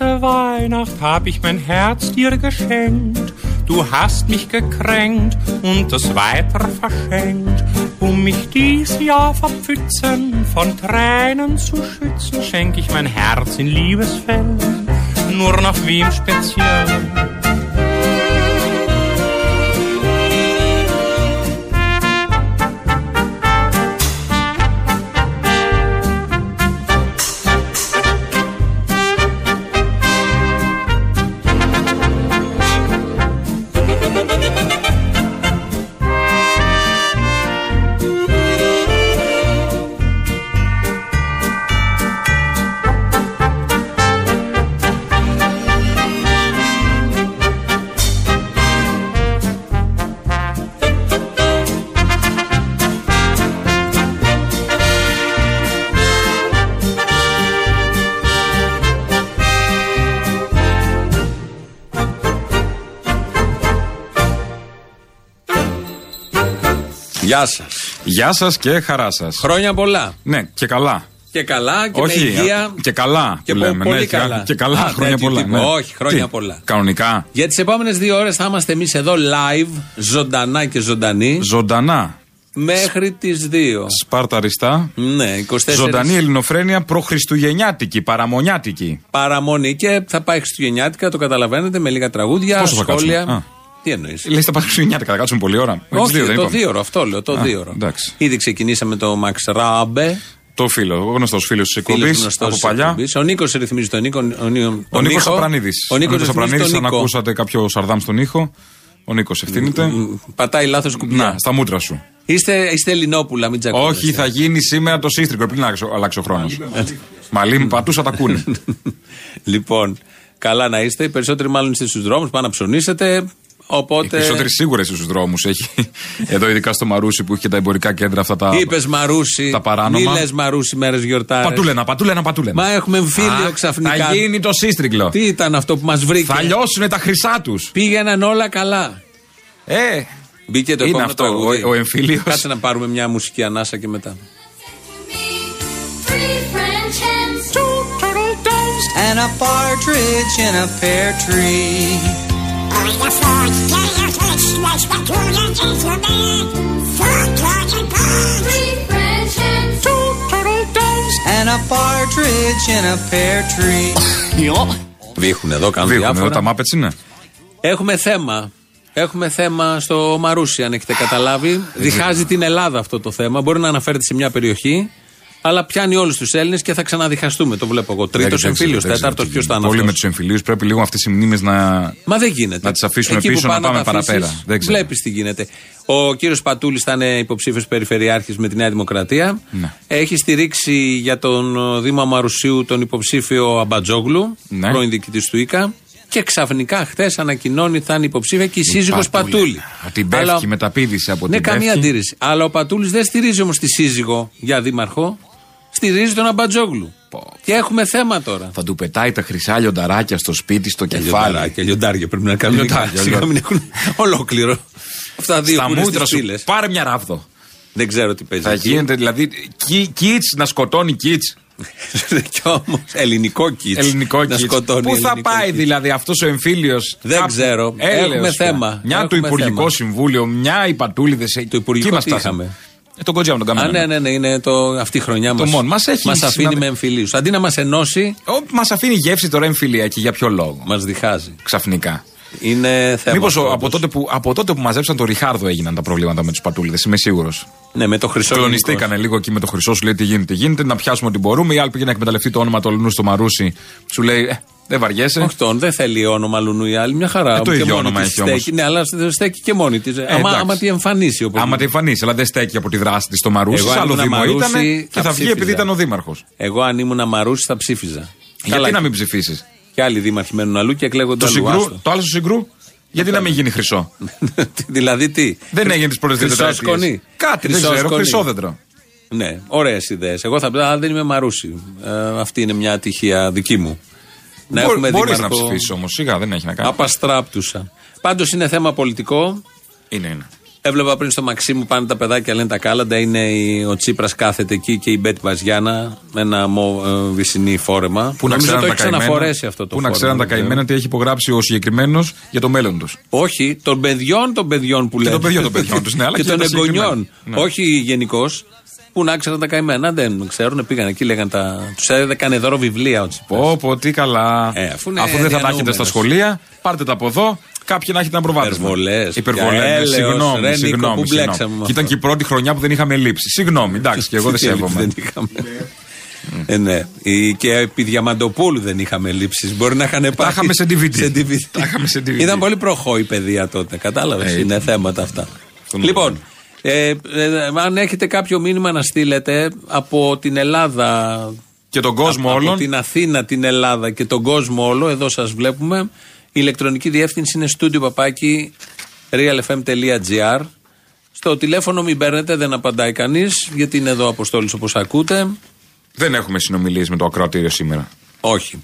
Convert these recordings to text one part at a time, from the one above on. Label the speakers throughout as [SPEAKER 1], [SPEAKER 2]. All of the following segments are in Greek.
[SPEAKER 1] Weihnacht hab ich mein Herz dir geschenkt. Du hast mich gekränkt und es weiter verschenkt. Um mich dies Jahr verpfützen, von Tränen zu schützen, schenk ich mein Herz in Liebesfällen, nur noch wem speziell.
[SPEAKER 2] Γεια σας.
[SPEAKER 3] Γεια σας και χαρά σας.
[SPEAKER 2] Χρόνια πολλά.
[SPEAKER 3] Ναι, και καλά.
[SPEAKER 2] Και καλά και
[SPEAKER 3] Όχι,
[SPEAKER 2] με υγεία.
[SPEAKER 3] α, και καλά
[SPEAKER 2] Και
[SPEAKER 3] που
[SPEAKER 2] πο-
[SPEAKER 3] λέμε,
[SPEAKER 2] πολύ
[SPEAKER 3] ναι, και-
[SPEAKER 2] καλά.
[SPEAKER 3] και καλά,
[SPEAKER 2] Α,
[SPEAKER 3] χρόνια
[SPEAKER 2] τέτοιου
[SPEAKER 3] πολλά,
[SPEAKER 2] τύπου.
[SPEAKER 3] ναι.
[SPEAKER 2] Όχι, χρόνια
[SPEAKER 3] Τι,
[SPEAKER 2] πολλά.
[SPEAKER 3] κανονικά?
[SPEAKER 2] Για τις επόμενες δύο ώρες θα είμαστε εμείς εδώ live, ζωντανά και ζωντανοί,
[SPEAKER 3] Ζωντανά.
[SPEAKER 2] μέχρι τις 2.
[SPEAKER 3] Σπαρταριστά.
[SPEAKER 2] Ναι, 24
[SPEAKER 3] Ζωντανή ελληνοφρένεια προχριστουγεννιάτικη, παραμονιάτικη.
[SPEAKER 2] παραμονή και θα πάει Χριστουγεννιάτικα, το καταλαβαίνετε, με λίγα τραγούδια,
[SPEAKER 3] Πόσο θα
[SPEAKER 2] σχόλια.
[SPEAKER 3] κάτσουμε, α.
[SPEAKER 2] Τι εννοείς.
[SPEAKER 3] Λες τα Χριστουγεννιάτικα, θα κάτσουμε πολλή ώρα. Τις
[SPEAKER 2] Όχι,
[SPEAKER 3] δύο δεν
[SPEAKER 2] το
[SPEAKER 3] είπαμε.
[SPEAKER 2] δίωρο, αυτό λέω, το
[SPEAKER 3] Α,
[SPEAKER 2] δίωρο.
[SPEAKER 3] εντάξει.
[SPEAKER 2] Ήδη ξεκινήσαμε το Max Rabe.
[SPEAKER 3] Το φίλο, γνωστός φίλος της
[SPEAKER 2] φίλος
[SPEAKER 3] εκπομπή
[SPEAKER 2] γνωστός
[SPEAKER 3] από
[SPEAKER 2] της
[SPEAKER 3] παλιά.
[SPEAKER 2] εκπομπής. Ο Νίκος ρυθμίζει τον Νίκο. Ο, Νί-
[SPEAKER 3] Ο
[SPEAKER 2] τον
[SPEAKER 3] Νίκος
[SPEAKER 2] Νίκο.
[SPEAKER 3] Απρανίδη.
[SPEAKER 2] Ο Νίκος ρυθμίζει τον
[SPEAKER 3] αν
[SPEAKER 2] Νίκο.
[SPEAKER 3] ακούσατε κάποιο σαρδάμ στον ήχο. Ο Νίκος ευθύνεται.
[SPEAKER 2] Πατάει λάθος κουμπιά.
[SPEAKER 3] Να, στα μούτρα σου.
[SPEAKER 2] Είστε, είστε Ελληνόπουλα, μην τσακώνεστε.
[SPEAKER 3] Όχι, θα γίνει σήμερα το σύστρικο. Πριν αλλάξω- αλλάξει ο χρόνος. Μαλή μου, πατούσα τα κούνε.
[SPEAKER 2] Ναι. λοιπόν, καλά να είστε. Οι περισσότεροι μάλλον είστε στους δρόμους, πάνε να ψωνίσετε.
[SPEAKER 3] Οι
[SPEAKER 2] Οπότε.
[SPEAKER 3] περισσότεροι σίγουρα στους δρόμους έχει. Εδώ, ειδικά στο Μαρούσι που έχει και τα εμπορικά κέντρα αυτά τα.
[SPEAKER 2] Είπες Μαρούσι.
[SPEAKER 3] Τα παράνομα.
[SPEAKER 2] Μη λες Μαρούσι μέρες γιορτάρες.
[SPEAKER 3] Πατούλενα, πατούλενα, πατούλενα.
[SPEAKER 2] Μα έχουμε εμφύλιο
[SPEAKER 3] Α,
[SPEAKER 2] ξαφνικά.
[SPEAKER 3] Θα γίνει το σύστριγκλο.
[SPEAKER 2] Τι ήταν αυτό που μας βρήκε.
[SPEAKER 3] Θα λιώσουν τα χρυσά τους.
[SPEAKER 2] Πήγαιναν όλα καλά.
[SPEAKER 3] Ε,
[SPEAKER 2] Μπήκε το
[SPEAKER 3] Είναι
[SPEAKER 2] επόμενο
[SPEAKER 3] αυτό,
[SPEAKER 2] τραγούδι.
[SPEAKER 3] ο- ο εμφύλιος.
[SPEAKER 2] Κάτσε να πάρουμε μια μουσική ανάσα και μετά.
[SPEAKER 4] Three French hens, two turtle doves,
[SPEAKER 5] and a partridge in a pear tree.
[SPEAKER 4] three French hens, two turtle doves.
[SPEAKER 5] And a partridge in a pear tree.
[SPEAKER 2] Βήχουν εδώ, κάνουν
[SPEAKER 3] βίχουν εδώ
[SPEAKER 2] διάφορα.
[SPEAKER 3] ε, τα μάπετ είναι.
[SPEAKER 2] Έχουμε θέμα. Έχουμε θέμα στο Μαρούσι, αν έχετε καταλάβει. Διχάζει την Ελλάδα αυτό το θέμα. Μπορεί να αναφέρεται σε μια περιοχή, αλλά πιάνει όλους τους Έλληνες και θα ξαναδιχαστούμε. Το βλέπω εγώ. Τρίτος
[SPEAKER 3] Δεν ξέρω,
[SPEAKER 2] εμφύλιο,
[SPEAKER 3] δεν ξέρω
[SPEAKER 2] τέταρτος,
[SPEAKER 3] τι
[SPEAKER 2] ποιος
[SPEAKER 3] γίνεται.
[SPEAKER 2] θα
[SPEAKER 3] Όλοι με
[SPEAKER 2] αναφέρει.
[SPEAKER 3] του εμφυλίους πρέπει λίγο αυτές οι μνήμες να.
[SPEAKER 2] Μα δεν γίνεται.
[SPEAKER 3] Να τις αφήσουμε
[SPEAKER 2] Εκεί που
[SPEAKER 3] πίσω, να
[SPEAKER 2] πάνε
[SPEAKER 3] πάμε
[SPEAKER 2] τα αφήσεις,
[SPEAKER 3] παραπέρα. Δεν ξέρω.
[SPEAKER 2] Βλέπεις τι γίνεται. Ο κύριος Πατούλης ήταν υποψήφιος περιφερειάρχης με τη Νέα Δημοκρατία.
[SPEAKER 3] Ναι.
[SPEAKER 2] Έχει στηρίξει για τον ε, Δήμο Αμαρουσίου τον υποψήφιο Αμπατζόγλου,
[SPEAKER 3] Ναι.
[SPEAKER 2] πρώην διοικητής του ΙΚΑ. Και ξαφνικά χτε ανακοινώνει θα είναι υποψήφια και η σύζυγος
[SPEAKER 3] Πατούλη.
[SPEAKER 2] Πατούλη.
[SPEAKER 3] Α, την πέφτει,
[SPEAKER 2] Αλλά-
[SPEAKER 3] μεταπίδησε από
[SPEAKER 2] Ναι,
[SPEAKER 3] την
[SPEAKER 2] καμία
[SPEAKER 3] πέφτει.
[SPEAKER 2] αντίρρηση. Αλλά ο Πατούλης δεν στηρίζει όμως τη σύζυγο για δήμαρχο. Στηρίζει τον Αμπατζόγλου.
[SPEAKER 3] Πω.
[SPEAKER 2] Και έχουμε θέμα τώρα.
[SPEAKER 3] Θα του πετάει τα χρυσά λιονταράκια στο σπίτι, στο κεφάλι.
[SPEAKER 2] Λιοντάρια, λιοντάρια πρέπει να κάνουν.
[SPEAKER 3] Λιοντάρια,
[SPEAKER 2] Λιοντάρια, σιγά μην έχουν ολόκληρο. Αυτά δύο
[SPEAKER 3] Στα
[SPEAKER 2] που είναι
[SPEAKER 3] μούτρα
[SPEAKER 2] στις
[SPEAKER 3] σου.
[SPEAKER 2] στήλες.
[SPEAKER 3] Πάρε μια ράβδο.
[SPEAKER 2] Δεν ξέρω τι παίζεις.
[SPEAKER 3] Θα
[SPEAKER 2] εκεί.
[SPEAKER 3] γίνεται δηλαδή. Κίτ να σκοτώνει κίτ.
[SPEAKER 2] Κι όμως ελληνικό κίτς.
[SPEAKER 3] Ελληνικό
[SPEAKER 2] Να
[SPEAKER 3] κίτς.
[SPEAKER 2] σκοτώνει.
[SPEAKER 3] Πού θα
[SPEAKER 2] ελληνικό
[SPEAKER 3] πάει
[SPEAKER 2] κίτς.
[SPEAKER 3] δηλαδή αυτός ο εμφύλιος.
[SPEAKER 2] Δεν ξέρω. Έχουμε θέμα.
[SPEAKER 3] Μια του
[SPEAKER 2] Έχουμε
[SPEAKER 3] Υπουργικό
[SPEAKER 2] θέμα.
[SPEAKER 3] Συμβούλιο, μια οι πατούλιδες.
[SPEAKER 2] Το Υπουργικό τι είχαμε?
[SPEAKER 3] Ε, τον Κοντζιά μου τον
[SPEAKER 2] Α,
[SPEAKER 3] κάναμε.
[SPEAKER 2] ναι, ναι, ναι, είναι το, αυτή η χρονιά μα.
[SPEAKER 3] μόνο. Μας έχει
[SPEAKER 2] μας αφήνει
[SPEAKER 3] συναντε-
[SPEAKER 2] με εμφυλίους. Αντί να μας ενώσει,
[SPEAKER 3] Μας αφήνει γεύση τώρα εμφυλία και για ποιο λόγο.
[SPEAKER 2] μας διχάζει.
[SPEAKER 3] Ξαφνικά.
[SPEAKER 2] Είναι θέμα. αυτό,
[SPEAKER 3] Μήπω από,
[SPEAKER 2] όπως-
[SPEAKER 3] τότε που- από τότε που μαζέψαν τον Ριχάρδο έγιναν τα προβλήματα με τους πατούλιδες, είμαι σίγουρος.
[SPEAKER 2] Ναι, με το χρυσό. γενικώς.
[SPEAKER 3] Κλονιστήκανε λίγο εκεί με το χρυσό, σου λέει τι γίνεται, τι γίνεται, να πιάσουμε ό,τι μπορούμε. Η άλλη πήγε να εκμεταλλευτεί το όνομα του Ολυνού στο Μαρούσι, σου λέει ε, δεν βαριέσαι.
[SPEAKER 2] Όχι τον, δεν θέλει όνομα Λουνού η άλλη, μια χαρά.
[SPEAKER 3] Ε, το
[SPEAKER 2] Και
[SPEAKER 3] ίδιο
[SPEAKER 2] μόνη
[SPEAKER 3] όνομα
[SPEAKER 2] της
[SPEAKER 3] έχει όμως. Ε,
[SPEAKER 2] στέκει. Ναι, αλλά δεν στέκει και μόνη της. άμα,
[SPEAKER 3] εντάξει.
[SPEAKER 2] άμα τη εμφανίσει όπως.
[SPEAKER 3] Άμα τη εμφανίσει, αλλά δεν στέκει από τη δράση της στο Μαρούσι.
[SPEAKER 2] Εγώ
[SPEAKER 3] σε
[SPEAKER 2] αν
[SPEAKER 3] άλλο
[SPEAKER 2] ήμουν
[SPEAKER 3] Δήμο
[SPEAKER 2] Μαρούσι,
[SPEAKER 3] ήταν
[SPEAKER 2] θα
[SPEAKER 3] και θα βγει
[SPEAKER 2] ψήφιζα.
[SPEAKER 3] επειδή ήταν ο Δήμαρχος.
[SPEAKER 2] Εγώ αν ήμουν Αμαρούση θα ψήφιζα. Καλά,
[SPEAKER 3] Γιατί να μην ψηφίσεις.
[SPEAKER 2] Και άλλοι δήμαρχοι μένουν αλλού και εκλέγονται
[SPEAKER 3] Το,
[SPEAKER 2] αλλού.
[SPEAKER 3] συγκρού,
[SPEAKER 2] άστο.
[SPEAKER 3] το άλλο σου συγκρού, γιατί να μην γίνει χρυσό.
[SPEAKER 2] δηλαδή τι.
[SPEAKER 3] Δεν έγινε τις πρώτε δύο
[SPEAKER 2] Χρυσό
[SPEAKER 3] τετραετίες.
[SPEAKER 2] σκονί.
[SPEAKER 3] Κάτι, δεν
[SPEAKER 2] Χρυσό
[SPEAKER 3] ξέρω,
[SPEAKER 2] σκονί.
[SPEAKER 3] χρυσόδεντρο.
[SPEAKER 2] Ναι, ωραίες ιδέες. Εγώ θα πω, δεν είμαι Μαρούση. Ε, αυτή είναι μια ατυχία δική μου. Να έχουμε
[SPEAKER 3] Μπορεί να
[SPEAKER 2] δήμαρχο
[SPEAKER 3] ψηφίσει όμως, σιγά δεν έχει να κάνει.
[SPEAKER 2] Απαστράπτουσα. Πάντως είναι θέμα πολιτικό.
[SPEAKER 3] Είναι, είναι.
[SPEAKER 2] Έβλεπα πριν στο μαξί μου πάνε τα παιδάκια, λένε τα κάλαντα. Είναι η- ο Τσίπρας κάθεται εκεί και η Μπέτ Μπαζιάννα με ένα μο, ε, βυσινή φόρεμα.
[SPEAKER 3] Πού να
[SPEAKER 2] Νομίζω
[SPEAKER 3] ξέραν
[SPEAKER 2] το
[SPEAKER 3] τα
[SPEAKER 2] έχει
[SPEAKER 3] καημένα.
[SPEAKER 2] ξαναφορέσει αυτό το
[SPEAKER 3] Πού να
[SPEAKER 2] φόρεμα,
[SPEAKER 3] ξέραν τα
[SPEAKER 2] βέβαια.
[SPEAKER 3] καημένα τι έχει υπογράψει ο συγκεκριμένος για το μέλλον τους.
[SPEAKER 2] Όχι, των παιδιών των παιδιών που λένε.
[SPEAKER 3] των παιδιών των παιδιών τους, ναι, αλλά
[SPEAKER 2] και,
[SPEAKER 3] και
[SPEAKER 2] των
[SPEAKER 3] τα συγκεκριμένα.
[SPEAKER 2] εγγονιών.
[SPEAKER 3] Ναι.
[SPEAKER 2] Όχι γενικώς. Που να ξέραν τα καημένα. Δεν ξέρουν, πήγαν εκεί, λέγαν τα. Τους έδεκανε δώρο βιβλία ο Τσίπρα.
[SPEAKER 3] Πω, πω, τι καλά.
[SPEAKER 2] Ε, αφού είναι
[SPEAKER 3] δεν θα τα έχετε
[SPEAKER 2] διανοούμενος.
[SPEAKER 3] στα σχολεία, πάρτε τα από εδώ. Κάποιοι να έχετε ένα προβάδισμα.
[SPEAKER 2] Υπερβολές.
[SPEAKER 3] Υπερβολές.
[SPEAKER 2] Έλεος,
[SPEAKER 3] Συγγνώμη,
[SPEAKER 2] ρε, Νίκο,
[SPEAKER 3] συγγνώμη.
[SPEAKER 2] που
[SPEAKER 3] συγγνώμη.
[SPEAKER 2] μπλέξαμε με
[SPEAKER 3] Και
[SPEAKER 2] αυτό.
[SPEAKER 3] ήταν και η πρώτη χρονιά που δεν είχαμε λήψει. Συγγνώμη, εντάξει, και εγώ δεν
[SPEAKER 2] Τι έλλειψη
[SPEAKER 3] σέβομαι.
[SPEAKER 2] Δεν είχαμε. Ε, ναι. Η- Και επί Διαμαντοπούλου δεν είχαμε λήψεις. Μπορεί να είχαν πάει.
[SPEAKER 3] Ε, είχαμε σε DVD. Τα είχαμε σε DVD.
[SPEAKER 2] Ήταν πολύ προχώ η παιδεία τότε. Κατάλαβες.
[SPEAKER 3] Ε,
[SPEAKER 2] Είναι θέματα αυτά.
[SPEAKER 3] Τον
[SPEAKER 2] Λοιπόν, ε, ε, αν έχετε κάποιο μήνυμα να στείλετε από την Ελλάδα.
[SPEAKER 3] Και τον κόσμο
[SPEAKER 2] από
[SPEAKER 3] όλων.
[SPEAKER 2] την Αθήνα, την Ελλάδα και τον κόσμο όλο, εδώ σας βλέπουμε. Η ηλεκτρονική διεύθυνση είναι στούντιο παπάκι realfm.gr. Στο τηλέφωνο μην παίρνετε, δεν απαντάει κανείς, γιατί είναι εδώ αποστόλης όπως ακούτε.
[SPEAKER 3] Δεν έχουμε συνομιλίες με το ακροατήριο σήμερα.
[SPEAKER 2] Όχι.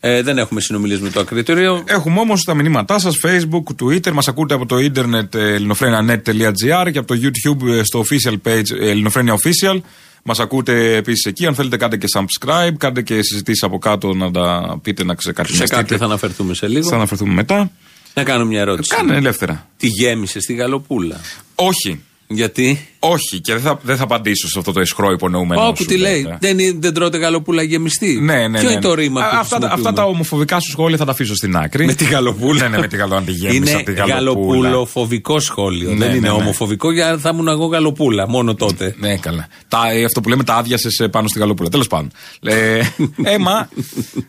[SPEAKER 2] Ε, δεν έχουμε συνομιλίες με το ακριτήριο.
[SPEAKER 3] Έχουμε όμως τα μηνύματά σας, Facebook, Twitter. Μας ακούτε από το ίντερνετ ε, ελληνοφρένια.net.gr και από το YouTube ε, στο official page ε, Ελληνοφρένια Official. Μας ακούτε επίσης εκεί. Αν θέλετε, κάντε και subscribe, κάντε και συζητήσεις από κάτω να τα πείτε να
[SPEAKER 2] Σε
[SPEAKER 3] ξεκαθαριστείτε.
[SPEAKER 2] κάποια θα αναφερθούμε σε λίγο.
[SPEAKER 3] Θα αναφερθούμε μετά.
[SPEAKER 2] Να κάνω μια ερώτηση.
[SPEAKER 3] Κάνε ελεύθερα.
[SPEAKER 2] Τη γέμισε στη γαλοπούλα.
[SPEAKER 3] Όχι.
[SPEAKER 2] Γιατί.
[SPEAKER 3] Όχι, και δεν θα, δεν θα απαντήσω σε αυτό το ισχρό υπονοούμενο.
[SPEAKER 2] Όπου
[SPEAKER 3] σου,
[SPEAKER 2] τι λέει.
[SPEAKER 3] βέβαια.
[SPEAKER 2] Δεν, είναι- δεν τρώτε γαλοπούλα γεμιστή.
[SPEAKER 3] Ναι, ναι, ναι.
[SPEAKER 2] Ποιο είναι το
[SPEAKER 3] Α,
[SPEAKER 2] ρήμα που
[SPEAKER 3] αυτά, τα- αυτά τα ομοφοβικά σου σχόλια θα τα αφήσω στην άκρη.
[SPEAKER 2] Με τη γαλοπούλα.
[SPEAKER 3] Ναι, ναι, με τη γαλοπούλα. Αν τη γέμισα
[SPEAKER 2] Είναι
[SPEAKER 3] από τη γαλοπούλα.
[SPEAKER 2] γαλοπούλοφοβικό σχόλιο.
[SPEAKER 3] Ναι,
[SPEAKER 2] δεν
[SPEAKER 3] ναι,
[SPEAKER 2] είναι
[SPEAKER 3] ναι.
[SPEAKER 2] ομοφοβικό, γιατί θα ήμουν εγώ γαλοπούλα μόνο τότε.
[SPEAKER 3] Ναι, καλά. Τα, ε, αυτό που λέμε τα άδειασε πάνω στην καλοπούλα. Τέλος πάντων. Ε, έμα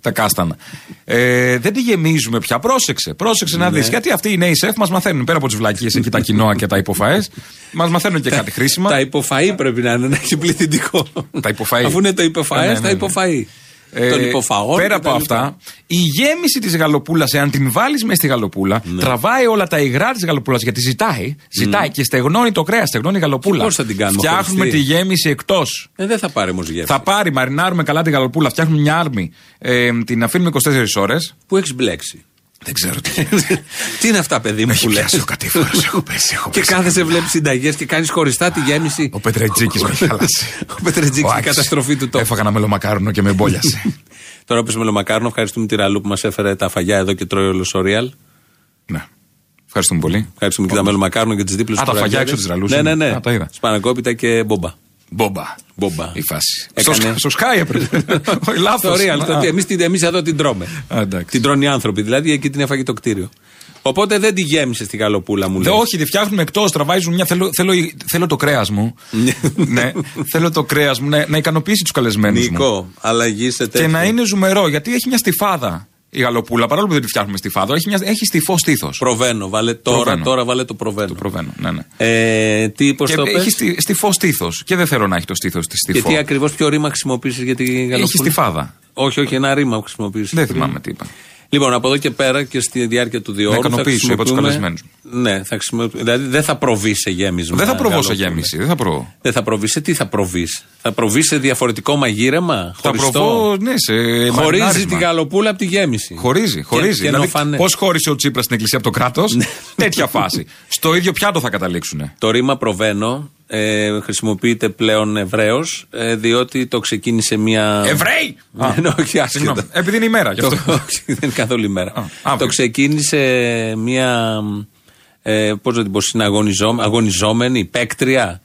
[SPEAKER 3] τα κάστανα. Ε, δεν τη γεμίζουμε πια. Πρόσεξε, πρόσεξε να
[SPEAKER 2] Ναι.
[SPEAKER 3] δεις. Γιατί αυτοί οι νέοι σεφ μας μαθαίνουν πέρα από τις βλακίες εκεί τα κοινόα και τα υποφαές. Μας μαθαίνουν και κάτι χρήσιμα.
[SPEAKER 2] Τα υποφαΐ πρέπει να είναι, να έχει πληθυντικό.
[SPEAKER 3] Τα υποφαΐ.
[SPEAKER 2] Αφού είναι το υποφαέ,
[SPEAKER 3] Ναι, ναι, ναι,
[SPEAKER 2] τα
[SPEAKER 3] ναι.
[SPEAKER 2] υποφαΐ.
[SPEAKER 3] Ε,
[SPEAKER 2] Τον υποφαών.
[SPEAKER 3] πέρα
[SPEAKER 2] κτλ.
[SPEAKER 3] από αυτά, η γέμιση της γαλοπούλας, εάν την βάλεις μέσα στη γαλοπούλα,
[SPEAKER 2] Ναι.
[SPEAKER 3] τραβάει όλα τα υγρά της γαλοπούλας γιατί ζητάει. Ζητάει και στεγνώνει το κρέας, στεγνώνει η γαλοπούλα.
[SPEAKER 2] Και πώς θα την κάνουμε
[SPEAKER 3] Φτιάχνουμε
[SPEAKER 2] χωριστή?
[SPEAKER 3] τη γέμιση εκτός.
[SPEAKER 2] Ε, δεν θα πάρει όμως γεύση.
[SPEAKER 3] Θα πάρει, μαρινάρουμε καλά τη γαλοπούλα, φτιάχνουμε μια άρμη, ε, την αφήνουμε 24 ώρες.
[SPEAKER 2] Που έχεις μπλέξει.
[SPEAKER 3] Δεν ξέρω τι.
[SPEAKER 2] Τι είναι αυτά, παιδί μου,
[SPEAKER 3] Έχει
[SPEAKER 2] που λες.
[SPEAKER 3] πιάσει ο κατήφορος, έχω πέσει, έχω
[SPEAKER 2] Και
[SPEAKER 3] πέσει.
[SPEAKER 2] κάθεσαι, βλέπεις συνταγές και κάνεις χωριστά τη γέμιση.
[SPEAKER 3] Ο Πετρετζίκης με έχει χαλάσει.
[SPEAKER 2] Ο Πετρετζίκης,
[SPEAKER 3] Ο
[SPEAKER 2] η
[SPEAKER 3] Άκης.
[SPEAKER 2] καταστροφή του τόπου.
[SPEAKER 3] Έφαγα ένα μελομακάρονο και με εμπόλιασε.
[SPEAKER 2] Τώρα που με μακάρνο, ευχαριστούμε τη Ραλού που μας έφερε τα φαγιά εδώ και τρώει όλο ο Ριάλ.
[SPEAKER 3] ναι. Ευχαριστούμε πολύ.
[SPEAKER 2] Ευχαριστούμε και τα μελομακάρνο και τις δίπλες
[SPEAKER 3] Α, τα φαγιά έξω της Ραλούς
[SPEAKER 2] Ναι, ναι,
[SPEAKER 3] είναι.
[SPEAKER 2] ναι.
[SPEAKER 3] Α, τα είδα.
[SPEAKER 2] Σπανακόπιτα και μπόμπα.
[SPEAKER 3] Μπόμπα.
[SPEAKER 2] Μπόμπα.
[SPEAKER 3] Η φάση.
[SPEAKER 2] Έκανε-
[SPEAKER 3] Στο, στο Sky έπρεπε. Όχι, λάθος.
[SPEAKER 2] Στο Real. στο τι- εμείς την- Εμείς εδώ την τρώμε.
[SPEAKER 3] Α, εντάξει.
[SPEAKER 2] Την τρώνε οι άνθρωποι. Δηλαδή εκεί την έφαγε το κτίριο. Οπότε δεν τη γέμισε στη γαλοπούλα μου.
[SPEAKER 3] Δε,
[SPEAKER 2] λες.
[SPEAKER 3] όχι, τη φτιάχνουμε εκτός, τραβάζουν μια. Θέλω, θέλω, θέλω το κρέας μου. ναι, θέλω το κρέας μου ναι, να, να ικανοποιήσει τους καλεσμένους μου.
[SPEAKER 2] Νίκο, αλλαγή σε
[SPEAKER 3] Και
[SPEAKER 2] τέτοιο.
[SPEAKER 3] να είναι ζουμερό, γιατί έχει μια στιφάδα η γαλοπούλα. Παρόλο που δεν τη φτιάχνουμε στιφάδα, έχει, μια, έχει στιφό στήθος.
[SPEAKER 2] Προβαίνω, βάλε τώρα,
[SPEAKER 3] Προβαίνω.
[SPEAKER 2] τώρα βάλε το προβαίνω.
[SPEAKER 3] Προβαίνω, ναι, ναι.
[SPEAKER 2] Ε, τι, πώς
[SPEAKER 3] Και
[SPEAKER 2] το
[SPEAKER 3] έχει
[SPEAKER 2] πες?
[SPEAKER 3] στι, στιφό στήθος. Και δεν θέλω να έχει το στήθος της
[SPEAKER 2] Και
[SPEAKER 3] στιφό.
[SPEAKER 2] τι ακριβώς, ποιο ρήμα χρησιμοποίησε για την γαλοπούλα.
[SPEAKER 3] Έχει στιφάδα.
[SPEAKER 2] Όχι, όχι, ένα ρήμα που χρησιμοποίησε.
[SPEAKER 3] Δεν θυμάμαι τι είπα.
[SPEAKER 2] Λοιπόν, από εδώ και πέρα και στη διάρκεια του διόρου.
[SPEAKER 3] Να ικανοποιήσω,
[SPEAKER 2] θα
[SPEAKER 3] είπα τους
[SPEAKER 2] χρησιμοποιούμε-
[SPEAKER 3] καλεσμένους.
[SPEAKER 2] Ναι, θα χρησιμοποιήσουμε. Δηλαδή δεν θα προβεί σε γέμισμα.
[SPEAKER 3] Δεν θα προβώ σε
[SPEAKER 2] γαλοπούλα.
[SPEAKER 3] γέμιση. Δεν θα προβώ.
[SPEAKER 2] Δεν θα προβείς. Σε τι θα προβείς. Θα προβείς σε διαφορετικό μαγείρεμα.
[SPEAKER 3] Θα
[SPEAKER 2] χωριστό?
[SPEAKER 3] προβώ, ναι, σε.
[SPEAKER 2] Χωρίζει
[SPEAKER 3] μαρινάρισμα.
[SPEAKER 2] την γαλοπούλα από τη γέμιση.
[SPEAKER 3] Χωρίζει, χωρίζει. Δηλαδή,
[SPEAKER 2] Και, Ναι. και νοφανέ.
[SPEAKER 3] Πώς χώρισε ο Τσίπρας στην εκκλησία από το κράτος, τέτοια φάση. Στο ίδιο πιάτο θα καταλήξουν.
[SPEAKER 2] Το ρήμα προβαίνω ε, χρησιμοποιείται πλέον ευρέως, ε, διότι το ξεκίνησε μια.
[SPEAKER 3] Εβραίοι! Α,
[SPEAKER 2] Ναι, όχι, άσχετα.
[SPEAKER 3] Συγγνώμη. Επειδή είναι ημέρα γι'
[SPEAKER 2] Το-
[SPEAKER 3] αυτό.
[SPEAKER 2] όχι, δεν είναι καθόλου ημέρα.
[SPEAKER 3] αύριο.
[SPEAKER 2] το ξεκίνησε μια. Ε, Πώς να την πω, συναγωνιζό- αγωνιζόμενη, παίκτρια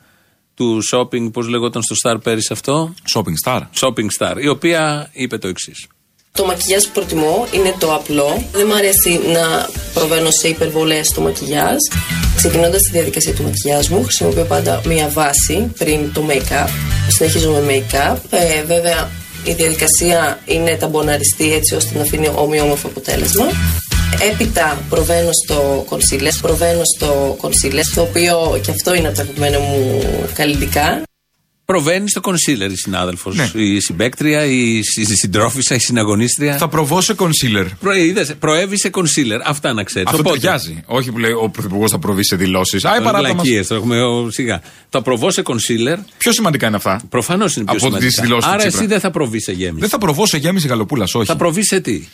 [SPEAKER 2] του shopping, πώς λεγόταν στο Star πέρυσι αυτό.
[SPEAKER 3] Shopping Star.
[SPEAKER 2] Shopping Star, η οποία είπε το εξής.
[SPEAKER 6] Το μακιγιάζ που προτιμώ είναι το απλό. Δεν μου αρέσει να προβαίνω σε υπερβολές στο μακιγιάζ. Ξεκινώντας τη διαδικασία του μακιγιάζ μου, χρησιμοποιώ πάντα μία βάση πριν το make-up. Συνεχίζω με make-up. Ε, βέβαια, η διαδικασία είναι ταμποναριστή έτσι ώστε να αφήνει ομοιόμορφο αποτέλεσμα. Έπειτα προβαίνω στο κονσίλε. Προβαίνω στο κονσίλε, το οποίο και αυτό είναι από τα αγαπημένα μου καλλιτικά.
[SPEAKER 2] Προβαίνει στο κονσίλερ η συνάδελφος,
[SPEAKER 3] Ναι.
[SPEAKER 2] η συμπέκτρια, η, συ- η συντρόφισσα, η συναγωνίστρια.
[SPEAKER 3] Θα προβώ σε κονσίλερ.
[SPEAKER 2] Προ, είδες, προέβη σε κονσίλερ. Αυτά να ξέρεις.
[SPEAKER 3] Ε, Αυτό ταιριάζει. Όχι που λέει ο Πρωθυπουργός θα προβεί σε δηλώσεις. Α, παράδειγμα.
[SPEAKER 2] το έχουμε ο, σιγά. Τα προβώ σε κονσίλερ.
[SPEAKER 3] Πιο σημαντικά είναι αυτά.
[SPEAKER 2] Προφανώς είναι πιο
[SPEAKER 3] Από τις
[SPEAKER 2] σημαντικά.
[SPEAKER 3] δηλώσεις του
[SPEAKER 2] Άρα
[SPEAKER 3] Τσίπρα.
[SPEAKER 2] εσύ δεν θα προβείς σε γέμιση.
[SPEAKER 3] Δεν θα προβώ σε γέμιση γαλοπούλας, όχι.
[SPEAKER 2] Θα προβείς σε τι.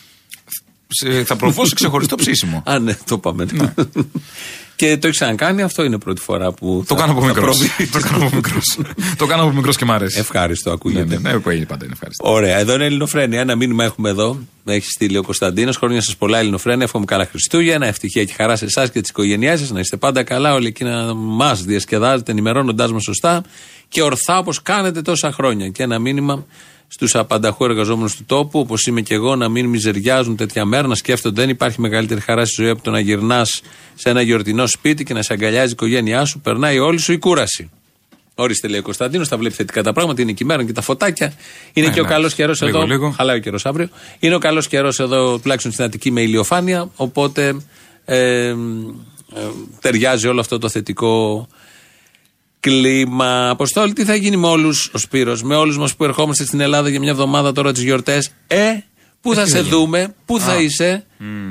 [SPEAKER 3] σε- θα προβώ σε ξεχωριστό ψήσιμο.
[SPEAKER 2] Α, ναι, το πάμε. και το έχεις ξανακάνει, αυτό είναι η πρώτη φορά που.
[SPEAKER 3] Το
[SPEAKER 2] θα-
[SPEAKER 3] κάνω από
[SPEAKER 2] θα
[SPEAKER 3] μικρός.
[SPEAKER 2] προβεί.
[SPEAKER 3] Το κάνω από μικρός. Το κάνω από μικρός και μ' άρεσε.
[SPEAKER 2] Ευχάριστο,
[SPEAKER 3] Ναι,
[SPEAKER 2] ακούγεται.
[SPEAKER 3] ναι, ναι, ναι, πάντα είναι ευχάριστο.
[SPEAKER 2] Ωραία, εδώ είναι Ελληνοφρένια. Ένα μήνυμα έχουμε εδώ. Έχει στείλει ο Κωνσταντίνος. Χρόνια σας πολλά, Ελληνοφρένια. Εύχομαι καλά Χριστούγεννα. Ευτυχία και χαρά σε εσάς και τις οικογένειές σας. Να είστε πάντα καλά. Όλοι εκεί να μας διασκεδάζετε, ενημερώνοντάς μας σωστά και ορθά όπως κάνετε τόσα χρόνια. Και ένα μήνυμα στους απανταχού εργαζόμενους του τόπου, όπως είμαι και εγώ, να μην μιζεριάζουν τέτοια μέρα, να σκέφτονται δεν υπάρχει μεγαλύτερη χαρά στη ζωή από το να γυρνάς σε ένα γιορτινό σπίτι και να σε αγκαλιάζει η οικογένειά σου. Περνάει όλη σου η κούραση. Ορίστε, λέει ο Κωνσταντίνος, τα βλέπεις θετικά τα πράγματα. Είναι και η μέρα, είναι και τα φωτάκια. Είναι
[SPEAKER 3] Ναι,
[SPEAKER 2] και ο
[SPEAKER 3] εντάξει.
[SPEAKER 2] καλός καιρός
[SPEAKER 3] Λίγο,
[SPEAKER 2] εδώ.
[SPEAKER 3] λίγο.
[SPEAKER 2] Χαλάει ο καιρός αύριο. Είναι ο καλός καιρός εδώ, τουλάχιστον στην Αττική, με ηλιοφάνεια. Οπότε ε, ε, ταιριάζει όλο αυτό το θετικό κλίμα. Αποστόλη, τι θα γίνει με όλους, ο Σπύρος, με όλους μας που ερχόμαστε στην Ελλάδα για μια εβδομάδα τώρα τις γιορτές. Ε, πού θα σε δούμε, πού θα είσαι.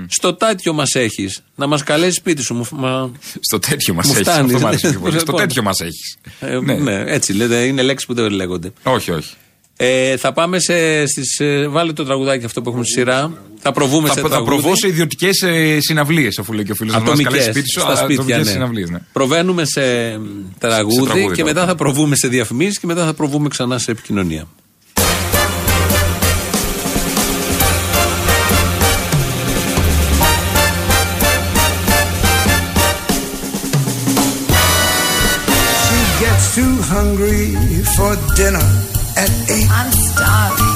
[SPEAKER 2] Στο τάτιο μας έχεις. Να μας καλέσεις σπίτι σου. Μου, φ- μα,
[SPEAKER 3] Στο τέτοιο μας
[SPEAKER 2] Μου
[SPEAKER 3] έχεις.
[SPEAKER 2] φτάνει.
[SPEAKER 3] Αυτό μ' άρεσε πιο πολύ. Στο
[SPEAKER 2] Λοιπόν.
[SPEAKER 3] τέτοιο μας έχεις.
[SPEAKER 2] ε, ναι. έτσι λέτε. Είναι λέξεις που δεν λέγονται.
[SPEAKER 3] Όχι, όχι.
[SPEAKER 2] Ε, θα πάμε σε, στις, ε, βάλε το τραγουδάκι αυτό που έχουμε στη σειρά. Θα προβούμε
[SPEAKER 3] Θα,
[SPEAKER 2] σε
[SPEAKER 3] θα
[SPEAKER 2] τραγούδι.
[SPEAKER 3] προβώ σε ιδιωτικές συναυλίες, αφού λέει και ο φίλος μας.
[SPEAKER 2] Ατομικές,
[SPEAKER 3] Καλές σπίτι σου,
[SPEAKER 2] στα
[SPEAKER 3] αλλά
[SPEAKER 2] σπίτια,
[SPEAKER 3] ατομικές
[SPEAKER 2] ναι.
[SPEAKER 3] συναυλίες, ναι.
[SPEAKER 2] Προβαίνουμε σε μ, τραγούδι,
[SPEAKER 3] τραγούδι
[SPEAKER 2] και μετά
[SPEAKER 3] τώρα.
[SPEAKER 2] θα προβούμε σε διαφημίσεις και μετά θα προβούμε ξανά σε επικοινωνία.
[SPEAKER 5] She gets too hungry for dinner at eight.
[SPEAKER 7] I'm starving.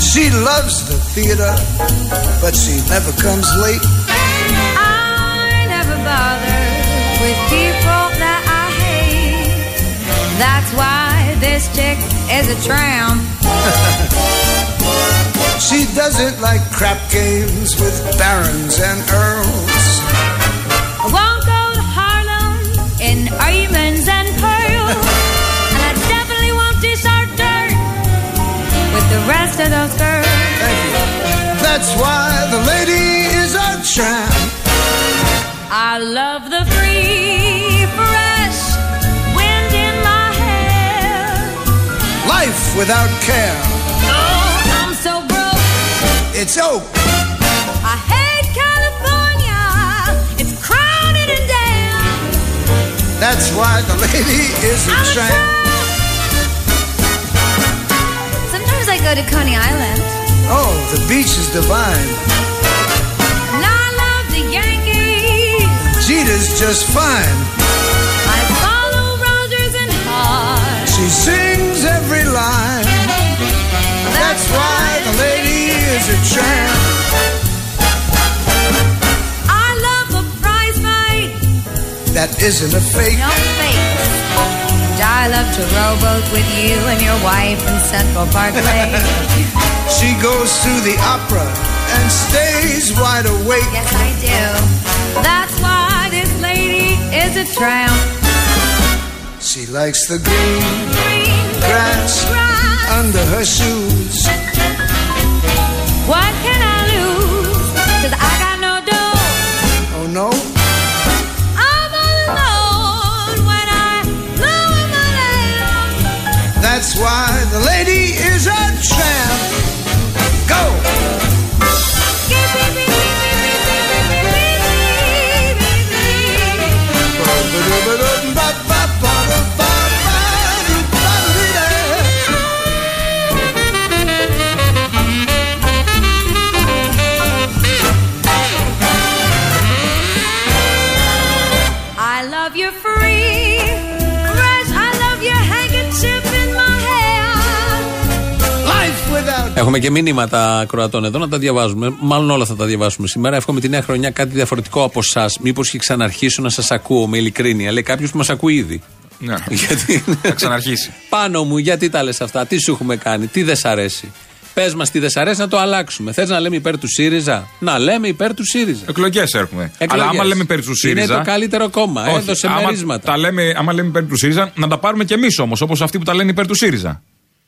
[SPEAKER 5] She loves the theater, but she never comes late.
[SPEAKER 7] I never bother with people that I hate. That's why this chick is a tramp.
[SPEAKER 5] She doesn't like crap games with barons and earls.
[SPEAKER 7] I won't go to Harlem in diamonds and pearls. and I definitely won't dish our dirt with the rest of those girls.
[SPEAKER 5] Thank you. That's why the lady is a tramp.
[SPEAKER 7] I love the free, fresh wind in my hair.
[SPEAKER 5] Life without care,
[SPEAKER 7] Oh, I'm so broke.
[SPEAKER 5] it's oak.
[SPEAKER 7] I hate California. It's crowded and damn.
[SPEAKER 5] That's why the lady is a
[SPEAKER 7] I'm a
[SPEAKER 5] tramp.
[SPEAKER 7] tramp. Sometimes I go to Coney Island.
[SPEAKER 5] Oh, the beach is divine.
[SPEAKER 7] And I love the Yankees.
[SPEAKER 5] Jeter's just fine.
[SPEAKER 7] I follow Rogers and Hart.
[SPEAKER 5] She sings every line. That's why the lady is a tramp.
[SPEAKER 7] I love a prize fight.
[SPEAKER 5] That isn't a fake.
[SPEAKER 7] No face. And I love to rowboat with you and your wife in Central Parkway.
[SPEAKER 5] She goes to the opera and stays wide awake.
[SPEAKER 7] yes, I do. That's why this lady is a tramp.
[SPEAKER 5] She likes the green
[SPEAKER 7] Green
[SPEAKER 5] grass
[SPEAKER 7] grass.
[SPEAKER 5] under her shoes.
[SPEAKER 7] What can I lose? Cause I got no dough.
[SPEAKER 5] Oh no,
[SPEAKER 7] I'm all alone when I lower my lamp.
[SPEAKER 5] that's why the lady is a tramp. Go!
[SPEAKER 7] Give me, me, me, me, me, me, me, me, me, me, me, me. I love your free fresh. I love your handkerchief in my hair.
[SPEAKER 5] Life without
[SPEAKER 2] Έχουμε και μηνύματα Κροατών εδώ να τα διαβάζουμε. Μάλλον όλα θα τα διαβάσουμε σήμερα. Εύχομαι τη νέα χρονιά κάτι διαφορετικό από εσά. Μήπω και ξαναρχίσω να σας ακούω με ειλικρίνεια. Λέει κάποιος που μας ακούει ήδη.
[SPEAKER 3] Ναι.
[SPEAKER 2] Γιατί
[SPEAKER 3] Θα ξαναρχίσει.
[SPEAKER 2] Πάνω μου, γιατί τα λες αυτά, τι σου έχουμε κάνει, τι δεν σ' αρέσει. Πες μας τι δεν σ' αρέσει να το αλλάξουμε. Θες να λέμε υπέρ του ΣΥΡΙΖΑ, να λέμε υπέρ του ΣΥΡΙΖΑ.
[SPEAKER 3] Εκλογές έρχομαι.
[SPEAKER 2] Εκλογές.
[SPEAKER 3] Αλλά άμα λέμε περί του ΣΥΡΙΖΑ.
[SPEAKER 2] Είναι το καλύτερο κόμμα.
[SPEAKER 3] Όχι,
[SPEAKER 2] Έδωσε
[SPEAKER 3] άμα
[SPEAKER 2] μερίσματα.
[SPEAKER 3] Τα λέμε, άμα λέμε υπέρ του ΣΥΡΙΖΑ, να τα πάρουμε κι εμείς όμως, όπως αυτοί που τα λένε υπέρ του ΣΥΡΙΖΑ.